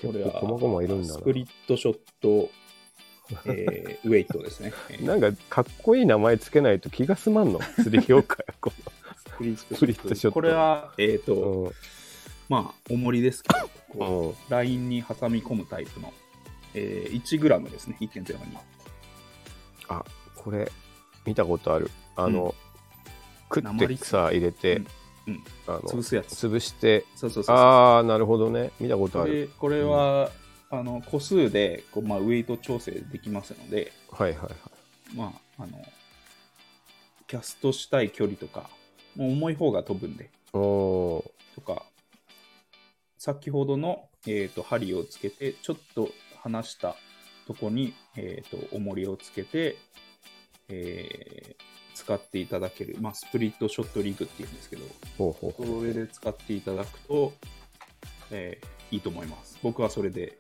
Speaker 2: 結
Speaker 1: これ
Speaker 2: 構
Speaker 1: は
Speaker 2: 細々いるんだ
Speaker 1: スプリットショット、えーウェイトですね。えー
Speaker 2: ななんかかっこいい名前つけないと気が済まんの釣り業界こ
Speaker 1: スプリッ
Speaker 2: スプリットショット
Speaker 1: これは、えっ、と、
Speaker 2: の
Speaker 1: まあ、重りですけど、
Speaker 2: う
Speaker 1: こ
Speaker 2: ん、うん、
Speaker 1: う、ラインに挟み込むタイプの、えー、1g ですね、1.02。
Speaker 2: あこれ見たことあるあの、食ってさ入れて、
Speaker 1: うんうん
Speaker 2: あの
Speaker 1: 潰すやつ。そう
Speaker 2: 潰して
Speaker 1: そうそうそう。
Speaker 2: ああなるほどね見たことある
Speaker 1: でこれは、あの個数でこう、まあ、ウェイト調整できますので、
Speaker 2: はいはいはい
Speaker 1: まあ、あのキャストしたい距離とかもう重い方が飛ぶんで
Speaker 2: おお
Speaker 1: とか先ほどの、えー、と針をつけてちょっと離したとこに、えー、と重りをつけて、えー使っていただける、まあ、スプリットショットリグっていうんですけど
Speaker 2: ほうほう
Speaker 1: それで使っていただくと、えーいいと思います僕はそれで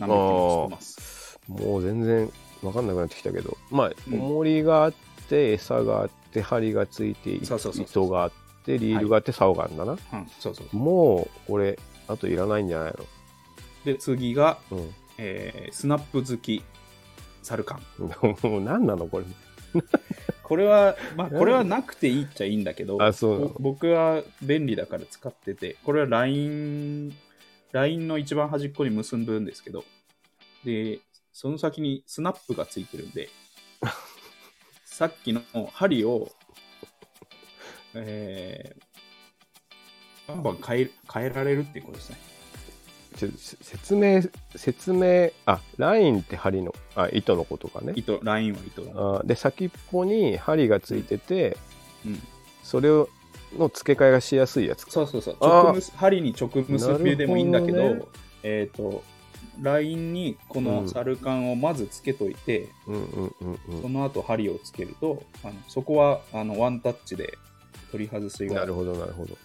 Speaker 1: 何百キロしてます
Speaker 2: もう全然わかんなくなってきたけどまあ
Speaker 1: うん
Speaker 2: 重りがあって餌があって針がついてい
Speaker 1: そうそうそう
Speaker 2: 糸があってリールがあって竿があるんだな、
Speaker 1: うん、そうそう
Speaker 2: もうこれあといらないんじゃない
Speaker 1: で次が、
Speaker 2: のうん
Speaker 1: えースナップ好きサルカン
Speaker 2: もう何なのこれ
Speaker 1: これはまあこれはなくていいっちゃいいんだけど
Speaker 2: あそうなの
Speaker 1: ぼ僕は便利だから使っててこれは LINE, LINE の一番端っこに結ぶんですけどでその先にスナップがついてるん でさっきの針をえーバンバン変え変えられるっていうことですね
Speaker 2: ちょせ説明説明あラインって針のあ糸のことかね
Speaker 1: 糸 LINE は糸の、
Speaker 2: あで先っぽに針がついてて
Speaker 1: うん、
Speaker 2: それをの付け替えがしやすいやつか
Speaker 1: そうそうそう
Speaker 2: あー
Speaker 1: 直結針に直結びでもいいんだけど
Speaker 2: なるほどね
Speaker 1: えっ、とラインにこ
Speaker 2: う
Speaker 1: の
Speaker 2: ん
Speaker 1: サルカンをまずつけといて、
Speaker 2: うんうんうん
Speaker 1: その後針をつけるとあのそこはあのワンタッチで取り外す
Speaker 2: うん
Speaker 1: が
Speaker 2: なる
Speaker 1: 効
Speaker 2: ほどなるほど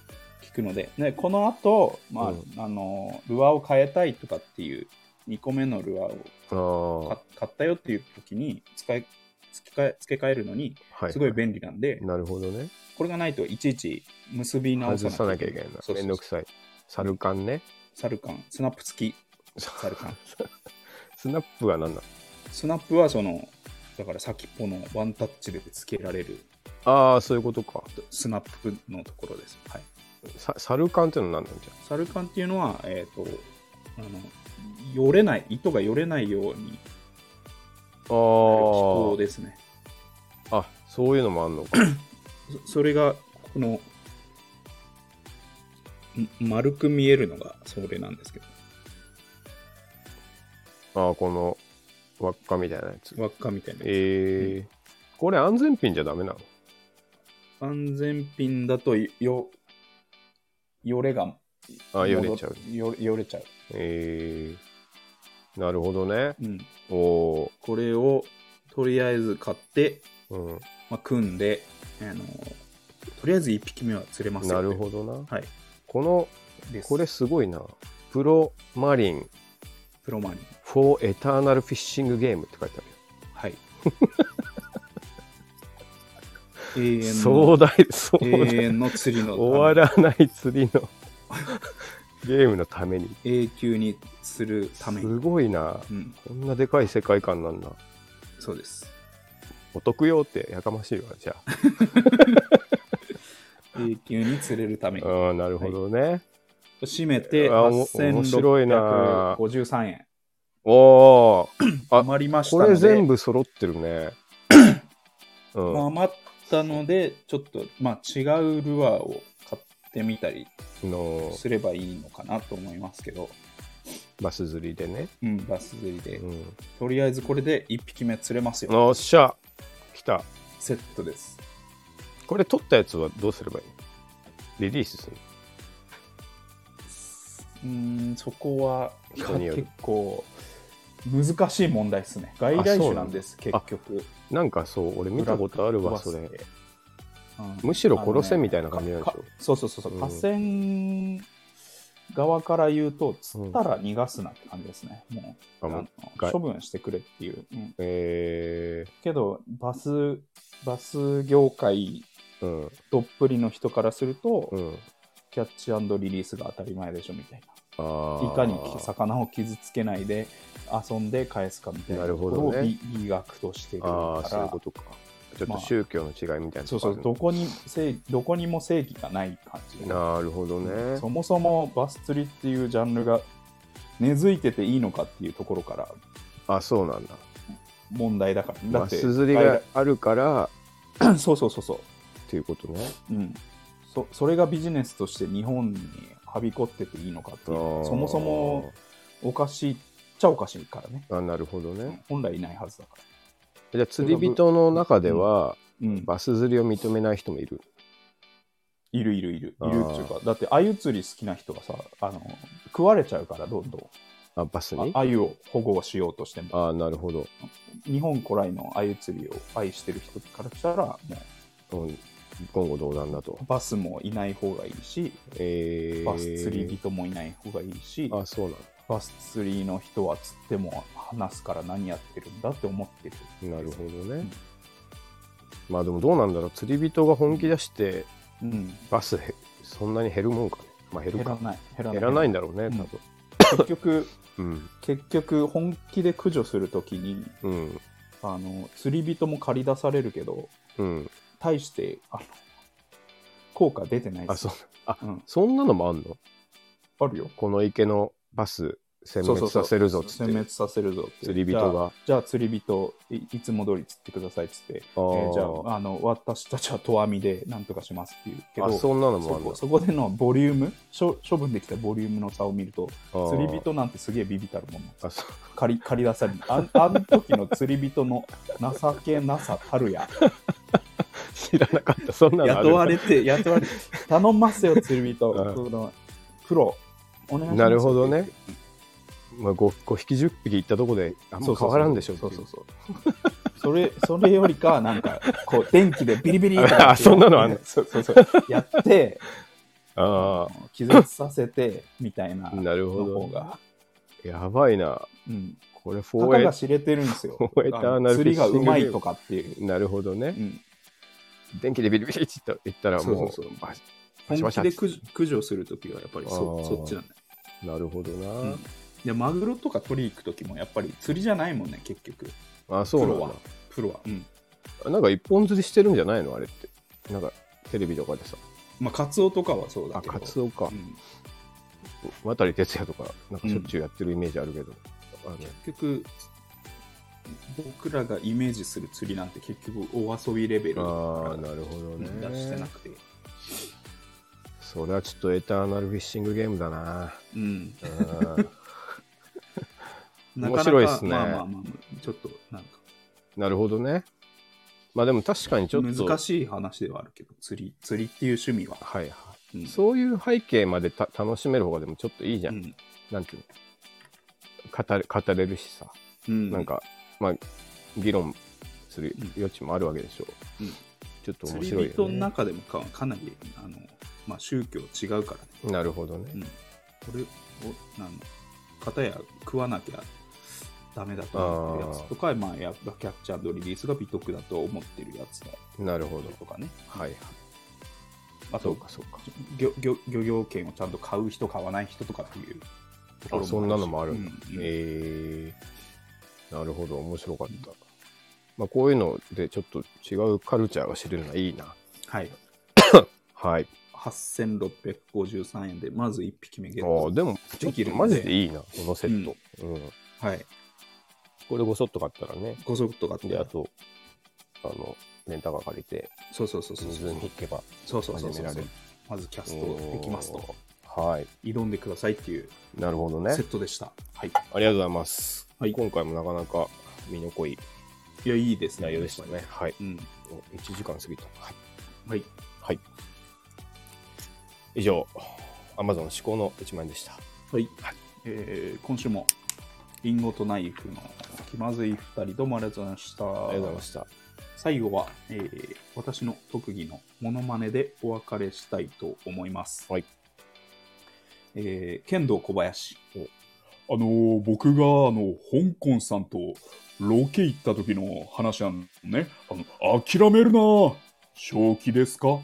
Speaker 1: くのででこの後、まあ
Speaker 2: うん
Speaker 1: あのルアーを変えたいとかっていう2個目のルアーを
Speaker 2: あ
Speaker 1: か買ったよっていう時に使い付け替え付け替えるのに
Speaker 2: あはい
Speaker 1: すごい便利なんで、
Speaker 2: なるほどね
Speaker 1: これがないといちいち結び直
Speaker 2: 外さ
Speaker 1: さな
Speaker 2: な
Speaker 1: き
Speaker 2: き
Speaker 1: ゃ
Speaker 2: ゃ
Speaker 1: い
Speaker 2: い
Speaker 1: け
Speaker 2: け
Speaker 1: な
Speaker 2: ないいな
Speaker 1: そうそうそう
Speaker 2: めんどくさいサルカンね
Speaker 1: サルカンスナップ付きサルカン
Speaker 2: スナップは何なの
Speaker 1: スナップはそのだから先っぽのワンタッチで付けられる
Speaker 2: ああそういうことか
Speaker 1: スナップのところです、はい、
Speaker 2: ササルカンってのは何なんじ
Speaker 1: サルカンっていうのはえっ、とあのよれない糸がよれないように
Speaker 2: ゃ
Speaker 1: なる機構
Speaker 2: ん
Speaker 1: ですね
Speaker 2: あああそういうのもあんのか
Speaker 1: そそれがこのん丸く見えるのがそれなんですけ
Speaker 2: ああこの輪っかみたいなやつ
Speaker 1: ど輪っかみたいなやつ
Speaker 2: えーこれ安全ピンじゃダメなの
Speaker 1: 安全ピンだとよよれが
Speaker 2: あよれちゃう
Speaker 1: よよれちゃう、
Speaker 2: えー、なるほどね
Speaker 1: うん、
Speaker 2: おお
Speaker 1: これをとりあえず買って
Speaker 2: ー、うん、
Speaker 1: まあ、組んで、あのとりあえず1匹目は釣れますよ
Speaker 2: な
Speaker 1: ね
Speaker 2: るほどな
Speaker 1: はい。
Speaker 2: この
Speaker 1: です
Speaker 2: これすごいなプロマリン
Speaker 1: プロマニ。
Speaker 2: フォーエターナルフィッシングゲームって書いてあるよ
Speaker 1: はい。永遠の
Speaker 2: 壮大壮
Speaker 1: 永
Speaker 2: 大
Speaker 1: 遠の釣りの
Speaker 2: 終わらない釣りの ゲームのために
Speaker 1: 永久にするために。
Speaker 2: すごいな
Speaker 1: うん、
Speaker 2: こんなでかい世界観なんだ
Speaker 1: そうです。
Speaker 2: お得よってやかましいわじゃあ
Speaker 1: 永久に釣れるために。
Speaker 2: うんなるほどね、
Speaker 1: 締めて
Speaker 2: うわおも面白いな
Speaker 1: 8653円。
Speaker 2: おおあ
Speaker 1: 余りました
Speaker 2: こ
Speaker 1: ので。
Speaker 2: れ全部揃って るね。うん、
Speaker 1: 余ったので、ちょっと、まあ、違うルアーを買ってみたり
Speaker 2: の
Speaker 1: すればいいのかなと思いますけど、
Speaker 2: バス釣りでね。
Speaker 1: うん、バス釣りで。
Speaker 2: うん、
Speaker 1: とりあえずこれで1匹目釣れますよ。
Speaker 2: おっしゃ来た。
Speaker 1: セットです。
Speaker 2: これ取ったやつはどうすればいいのリリースする
Speaker 1: うーん、そこは
Speaker 2: 人による
Speaker 1: 結構難しい問題ですね。外来種なんです、
Speaker 2: うな
Speaker 1: 結
Speaker 2: んだ
Speaker 1: 局。
Speaker 2: なんかそう俺見たことあるわそ
Speaker 1: ブラック
Speaker 2: れ
Speaker 1: バスって。うん
Speaker 2: むしろ殺せみたいな感じなんでしょ
Speaker 1: あのねかかそうそうそうそう、
Speaker 2: うん
Speaker 1: 河川側から言うと、釣ったら逃がすなって感じですね。もう
Speaker 2: あもう
Speaker 1: あの
Speaker 2: 外
Speaker 1: 処分してくれっていう。うん
Speaker 2: え
Speaker 1: けど、バス、バス業界
Speaker 2: ー、うん
Speaker 1: どっぷりの人からすると、
Speaker 2: うん
Speaker 1: キャッチリリースが当たり前でしょみたいな。
Speaker 2: あー
Speaker 1: いかに魚を傷つけないで遊んで返すかみたいな
Speaker 2: な
Speaker 1: と
Speaker 2: る
Speaker 1: こ
Speaker 2: ほ
Speaker 1: ろを
Speaker 2: どね
Speaker 1: 美美学としてる
Speaker 2: あ
Speaker 1: か
Speaker 2: ーそういう
Speaker 1: ら
Speaker 2: ことかちょっ
Speaker 1: まあ
Speaker 2: と宗教の違いみたいな
Speaker 1: そう
Speaker 2: と
Speaker 1: そ
Speaker 2: こ
Speaker 1: うどこに正どこにも正義がない感じ
Speaker 2: あるなるほどね
Speaker 1: そもそもバス釣りっていうジャンルが根付いてていいのかっていうところから
Speaker 2: あそうなんだ
Speaker 1: 問題だからね、だ
Speaker 2: まあ、
Speaker 1: って、
Speaker 2: すずりがあるから
Speaker 1: 海外そうそうそうそ
Speaker 2: っていうことね。
Speaker 1: う、うん、そそれがビジネスとして日本にはびこってていいのかっていう
Speaker 2: あー
Speaker 1: そもそもおかしいっちゃおかしいからね
Speaker 2: あなるほどね。
Speaker 1: 本来いないはずだから、
Speaker 2: じゃあ釣り人の中では、
Speaker 1: うん、
Speaker 2: バス釣りを認めない人もいる。
Speaker 1: いるいるいるいる
Speaker 2: あー
Speaker 1: っていうかだって鮎釣り好きな人がさあの食われちゃうからどんどん
Speaker 2: あバス
Speaker 1: あ
Speaker 2: に
Speaker 1: 鮎を保護しようとしても
Speaker 2: ああなるほど。
Speaker 1: 日本古来の鮎釣りを愛してる人からしたらもう
Speaker 2: うん言語道断だと。
Speaker 1: バスもいない方がいいし
Speaker 2: えー、
Speaker 1: バス釣り人もいない方がいいし、
Speaker 2: あそうなんだ
Speaker 1: バス釣りの人は釣っても話すから何やってるんだって思ってる
Speaker 2: なるほどね、
Speaker 1: うん
Speaker 2: まあでもどうなんだろう釣り人が本気出して
Speaker 1: うん
Speaker 2: バスへそんなに減るもんかねまあ減る
Speaker 1: 減ら
Speaker 2: か
Speaker 1: ない減ら
Speaker 2: 減
Speaker 1: ない
Speaker 2: らないんだろうね
Speaker 1: うん
Speaker 2: 多分
Speaker 1: 結局
Speaker 2: うん
Speaker 1: 結局本気で駆除するときに
Speaker 2: うん
Speaker 1: あの釣り人も借り出されるけど
Speaker 2: うん
Speaker 1: 対してあの効果出てないで
Speaker 2: あ
Speaker 1: す
Speaker 2: そうあ
Speaker 1: うん、
Speaker 2: そんなのもあんの
Speaker 1: あるよ
Speaker 2: この池のバス殲滅させるぞっつ
Speaker 1: 殲
Speaker 2: って
Speaker 1: 滅させるぞって
Speaker 2: 釣り人が
Speaker 1: じゃあじゃあ釣り人いいつも通り釣ってくださいっつって、
Speaker 2: あ
Speaker 1: え
Speaker 2: ー
Speaker 1: ーじゃああの私たちは投網でなんとかしますっていうけど
Speaker 2: あそんなのもあ
Speaker 1: そ
Speaker 2: んの
Speaker 1: こそこでのボリューム処処分できたボリュームの差を見ると釣り人なんてすげえビビたるもんなんです
Speaker 2: あそう
Speaker 1: 借り借り出されるあんあの時の釣り人の情けなさたるや
Speaker 2: 知らなかったそんなのある
Speaker 1: 雇われ て雇われて頼ますよ釣り人
Speaker 2: うん
Speaker 1: そのプロお願いします
Speaker 2: なるほどねまあ、5, 5匹10匹行ったとこであんま変わらんでしょ
Speaker 1: そうそうそうそれそれよりかなんかこう電気でビリビリとかって
Speaker 2: あそんなのあんの
Speaker 1: そうそうそうやって
Speaker 2: ああ
Speaker 1: 気絶させてみたいなの
Speaker 2: なるほ
Speaker 1: 方
Speaker 2: ど
Speaker 1: が、
Speaker 2: やばいな
Speaker 1: うん、
Speaker 2: これ
Speaker 1: たか
Speaker 2: 4A
Speaker 1: が知れてるんですよ。
Speaker 2: フォーエター
Speaker 1: あ
Speaker 2: ナ
Speaker 1: の
Speaker 2: ルフィ
Speaker 1: 釣り
Speaker 2: ッシン
Speaker 1: が
Speaker 2: グ
Speaker 1: うまいとかっていう。
Speaker 2: なるほどね
Speaker 1: う。ん
Speaker 2: 電気でビリビリって言ったら
Speaker 1: そう
Speaker 2: もう
Speaker 1: そうそう
Speaker 2: バシバ
Speaker 1: 本
Speaker 2: シバシ
Speaker 1: 気で駆除駆除するときはやっぱり
Speaker 2: あ
Speaker 1: そ
Speaker 2: ー
Speaker 1: そっちなんだよ
Speaker 2: なるほどな、
Speaker 1: うんでマグロとか取り行くときもやっぱり釣りじゃないもんね、結局。
Speaker 2: あそ
Speaker 1: プ
Speaker 2: う
Speaker 1: ロ
Speaker 2: な
Speaker 1: は
Speaker 2: ん。
Speaker 1: プロは。うん
Speaker 2: だなんか一本釣りしてるんじゃないのあれってなんかテレビとかでさ
Speaker 1: まあ、カツオとかはそうだ
Speaker 2: あ
Speaker 1: けど。
Speaker 2: カツオか、
Speaker 1: うん
Speaker 2: 渡哲也とかなんかしょっちゅうやってるイメージあるけど、あの
Speaker 1: 結局、僕らがイメージする釣りなんて結局お遊びレベルだ
Speaker 2: あ
Speaker 1: か
Speaker 2: あなるほどね
Speaker 1: ら出してなくて。
Speaker 2: それはちょっとエターナルフィッシングゲームだな
Speaker 1: うん
Speaker 2: うん
Speaker 1: なかなか
Speaker 2: 面白いっすね
Speaker 1: まあまあまあまあ、ちょっとなんか。
Speaker 2: なるほどねまあでも確かにちょっと
Speaker 1: 難しい話ではあるけど釣り釣りっていう趣味は、
Speaker 2: はいは
Speaker 1: うん
Speaker 2: いそういう背景までた楽しめる方がでもちょっといいじゃん、
Speaker 1: うん
Speaker 2: なんていうの語れ語れるしさ
Speaker 1: うん
Speaker 2: なんか、まあ、議論する余地もあるわけでしょう。
Speaker 1: うん
Speaker 2: ちょっと面
Speaker 1: 釣
Speaker 2: 白い
Speaker 1: り人
Speaker 2: よ
Speaker 1: の
Speaker 2: ね。
Speaker 1: 中でもかかなりあの、まあ、宗教違うからね、
Speaker 2: なるほどね。
Speaker 1: うん、これをなん片や食わなきゃダメだと思ってるやつとかまあ、やっぱキャッチャーリリースが美徳だと思ってるやつだ
Speaker 2: なるほど。
Speaker 1: とかね
Speaker 2: はいはい。
Speaker 1: あ
Speaker 2: そ
Speaker 1: と
Speaker 2: うかそうか。
Speaker 1: 漁漁漁業権をちゃんと買う人買わない人とかっていうところ
Speaker 2: あ
Speaker 1: し
Speaker 2: そんなのもあるんだ。
Speaker 1: うんうん
Speaker 2: えー、なるほど。面白かった。まあ、こういうのでちょっと違うカルチャーが知れるのはいいな。
Speaker 1: はい
Speaker 2: はい。
Speaker 1: 8653円でまず1匹目ゲ
Speaker 2: あ
Speaker 1: ット
Speaker 2: ーでも、ちょっ
Speaker 1: でき
Speaker 2: と
Speaker 1: るんで
Speaker 2: マジでいいな、このセット。うん。
Speaker 1: はい
Speaker 2: これごそっと買ったらね。
Speaker 1: ご足とかって
Speaker 2: で、あと、あの、レンタカー借りて、
Speaker 1: そうそうそうそう
Speaker 2: 水に行けば
Speaker 1: そうそう
Speaker 2: 始
Speaker 1: そう
Speaker 2: め
Speaker 1: そ
Speaker 2: ら
Speaker 1: う
Speaker 2: れる。
Speaker 1: まずキャストできますと
Speaker 2: おー。はい。
Speaker 1: 挑んでくださいっていう
Speaker 2: なるほどね
Speaker 1: セッ。トでした、はい
Speaker 2: ありがとうございます。
Speaker 1: はい
Speaker 2: 今回もなかなか身の濃い
Speaker 1: いやいいですね
Speaker 2: 内容でしたね。はい。
Speaker 1: うん
Speaker 2: お1時間過ぎた。はい。
Speaker 1: はい
Speaker 2: はい、以上、Amazon 至高の1万円でした。
Speaker 1: はい、えー今週もリンゴとナイフの気まずい2人どうもありがとうございました
Speaker 2: ありがとうございました。
Speaker 1: 最後は、えー私の特技のモノマネでお別れしたいと思います、
Speaker 2: はい
Speaker 1: えー剣道小林あのー僕があの香港さんとロケ行った時の話なのねあの諦めるな正気ですかは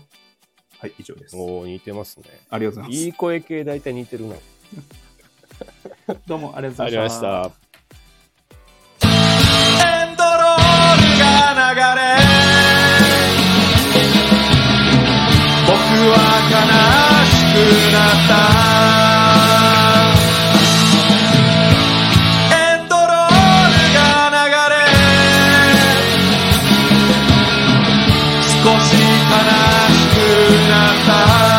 Speaker 1: い以上です
Speaker 2: おー似てますね。
Speaker 1: ありがとうございます
Speaker 2: いい声系大体似てるな。
Speaker 1: どうもありがとう
Speaker 2: あ
Speaker 1: ござい
Speaker 2: りま
Speaker 1: ま
Speaker 2: し
Speaker 1: した
Speaker 2: た。
Speaker 3: エンドロールが流れ僕は悲しくなったエンドロールが流れ
Speaker 1: し悲しくなった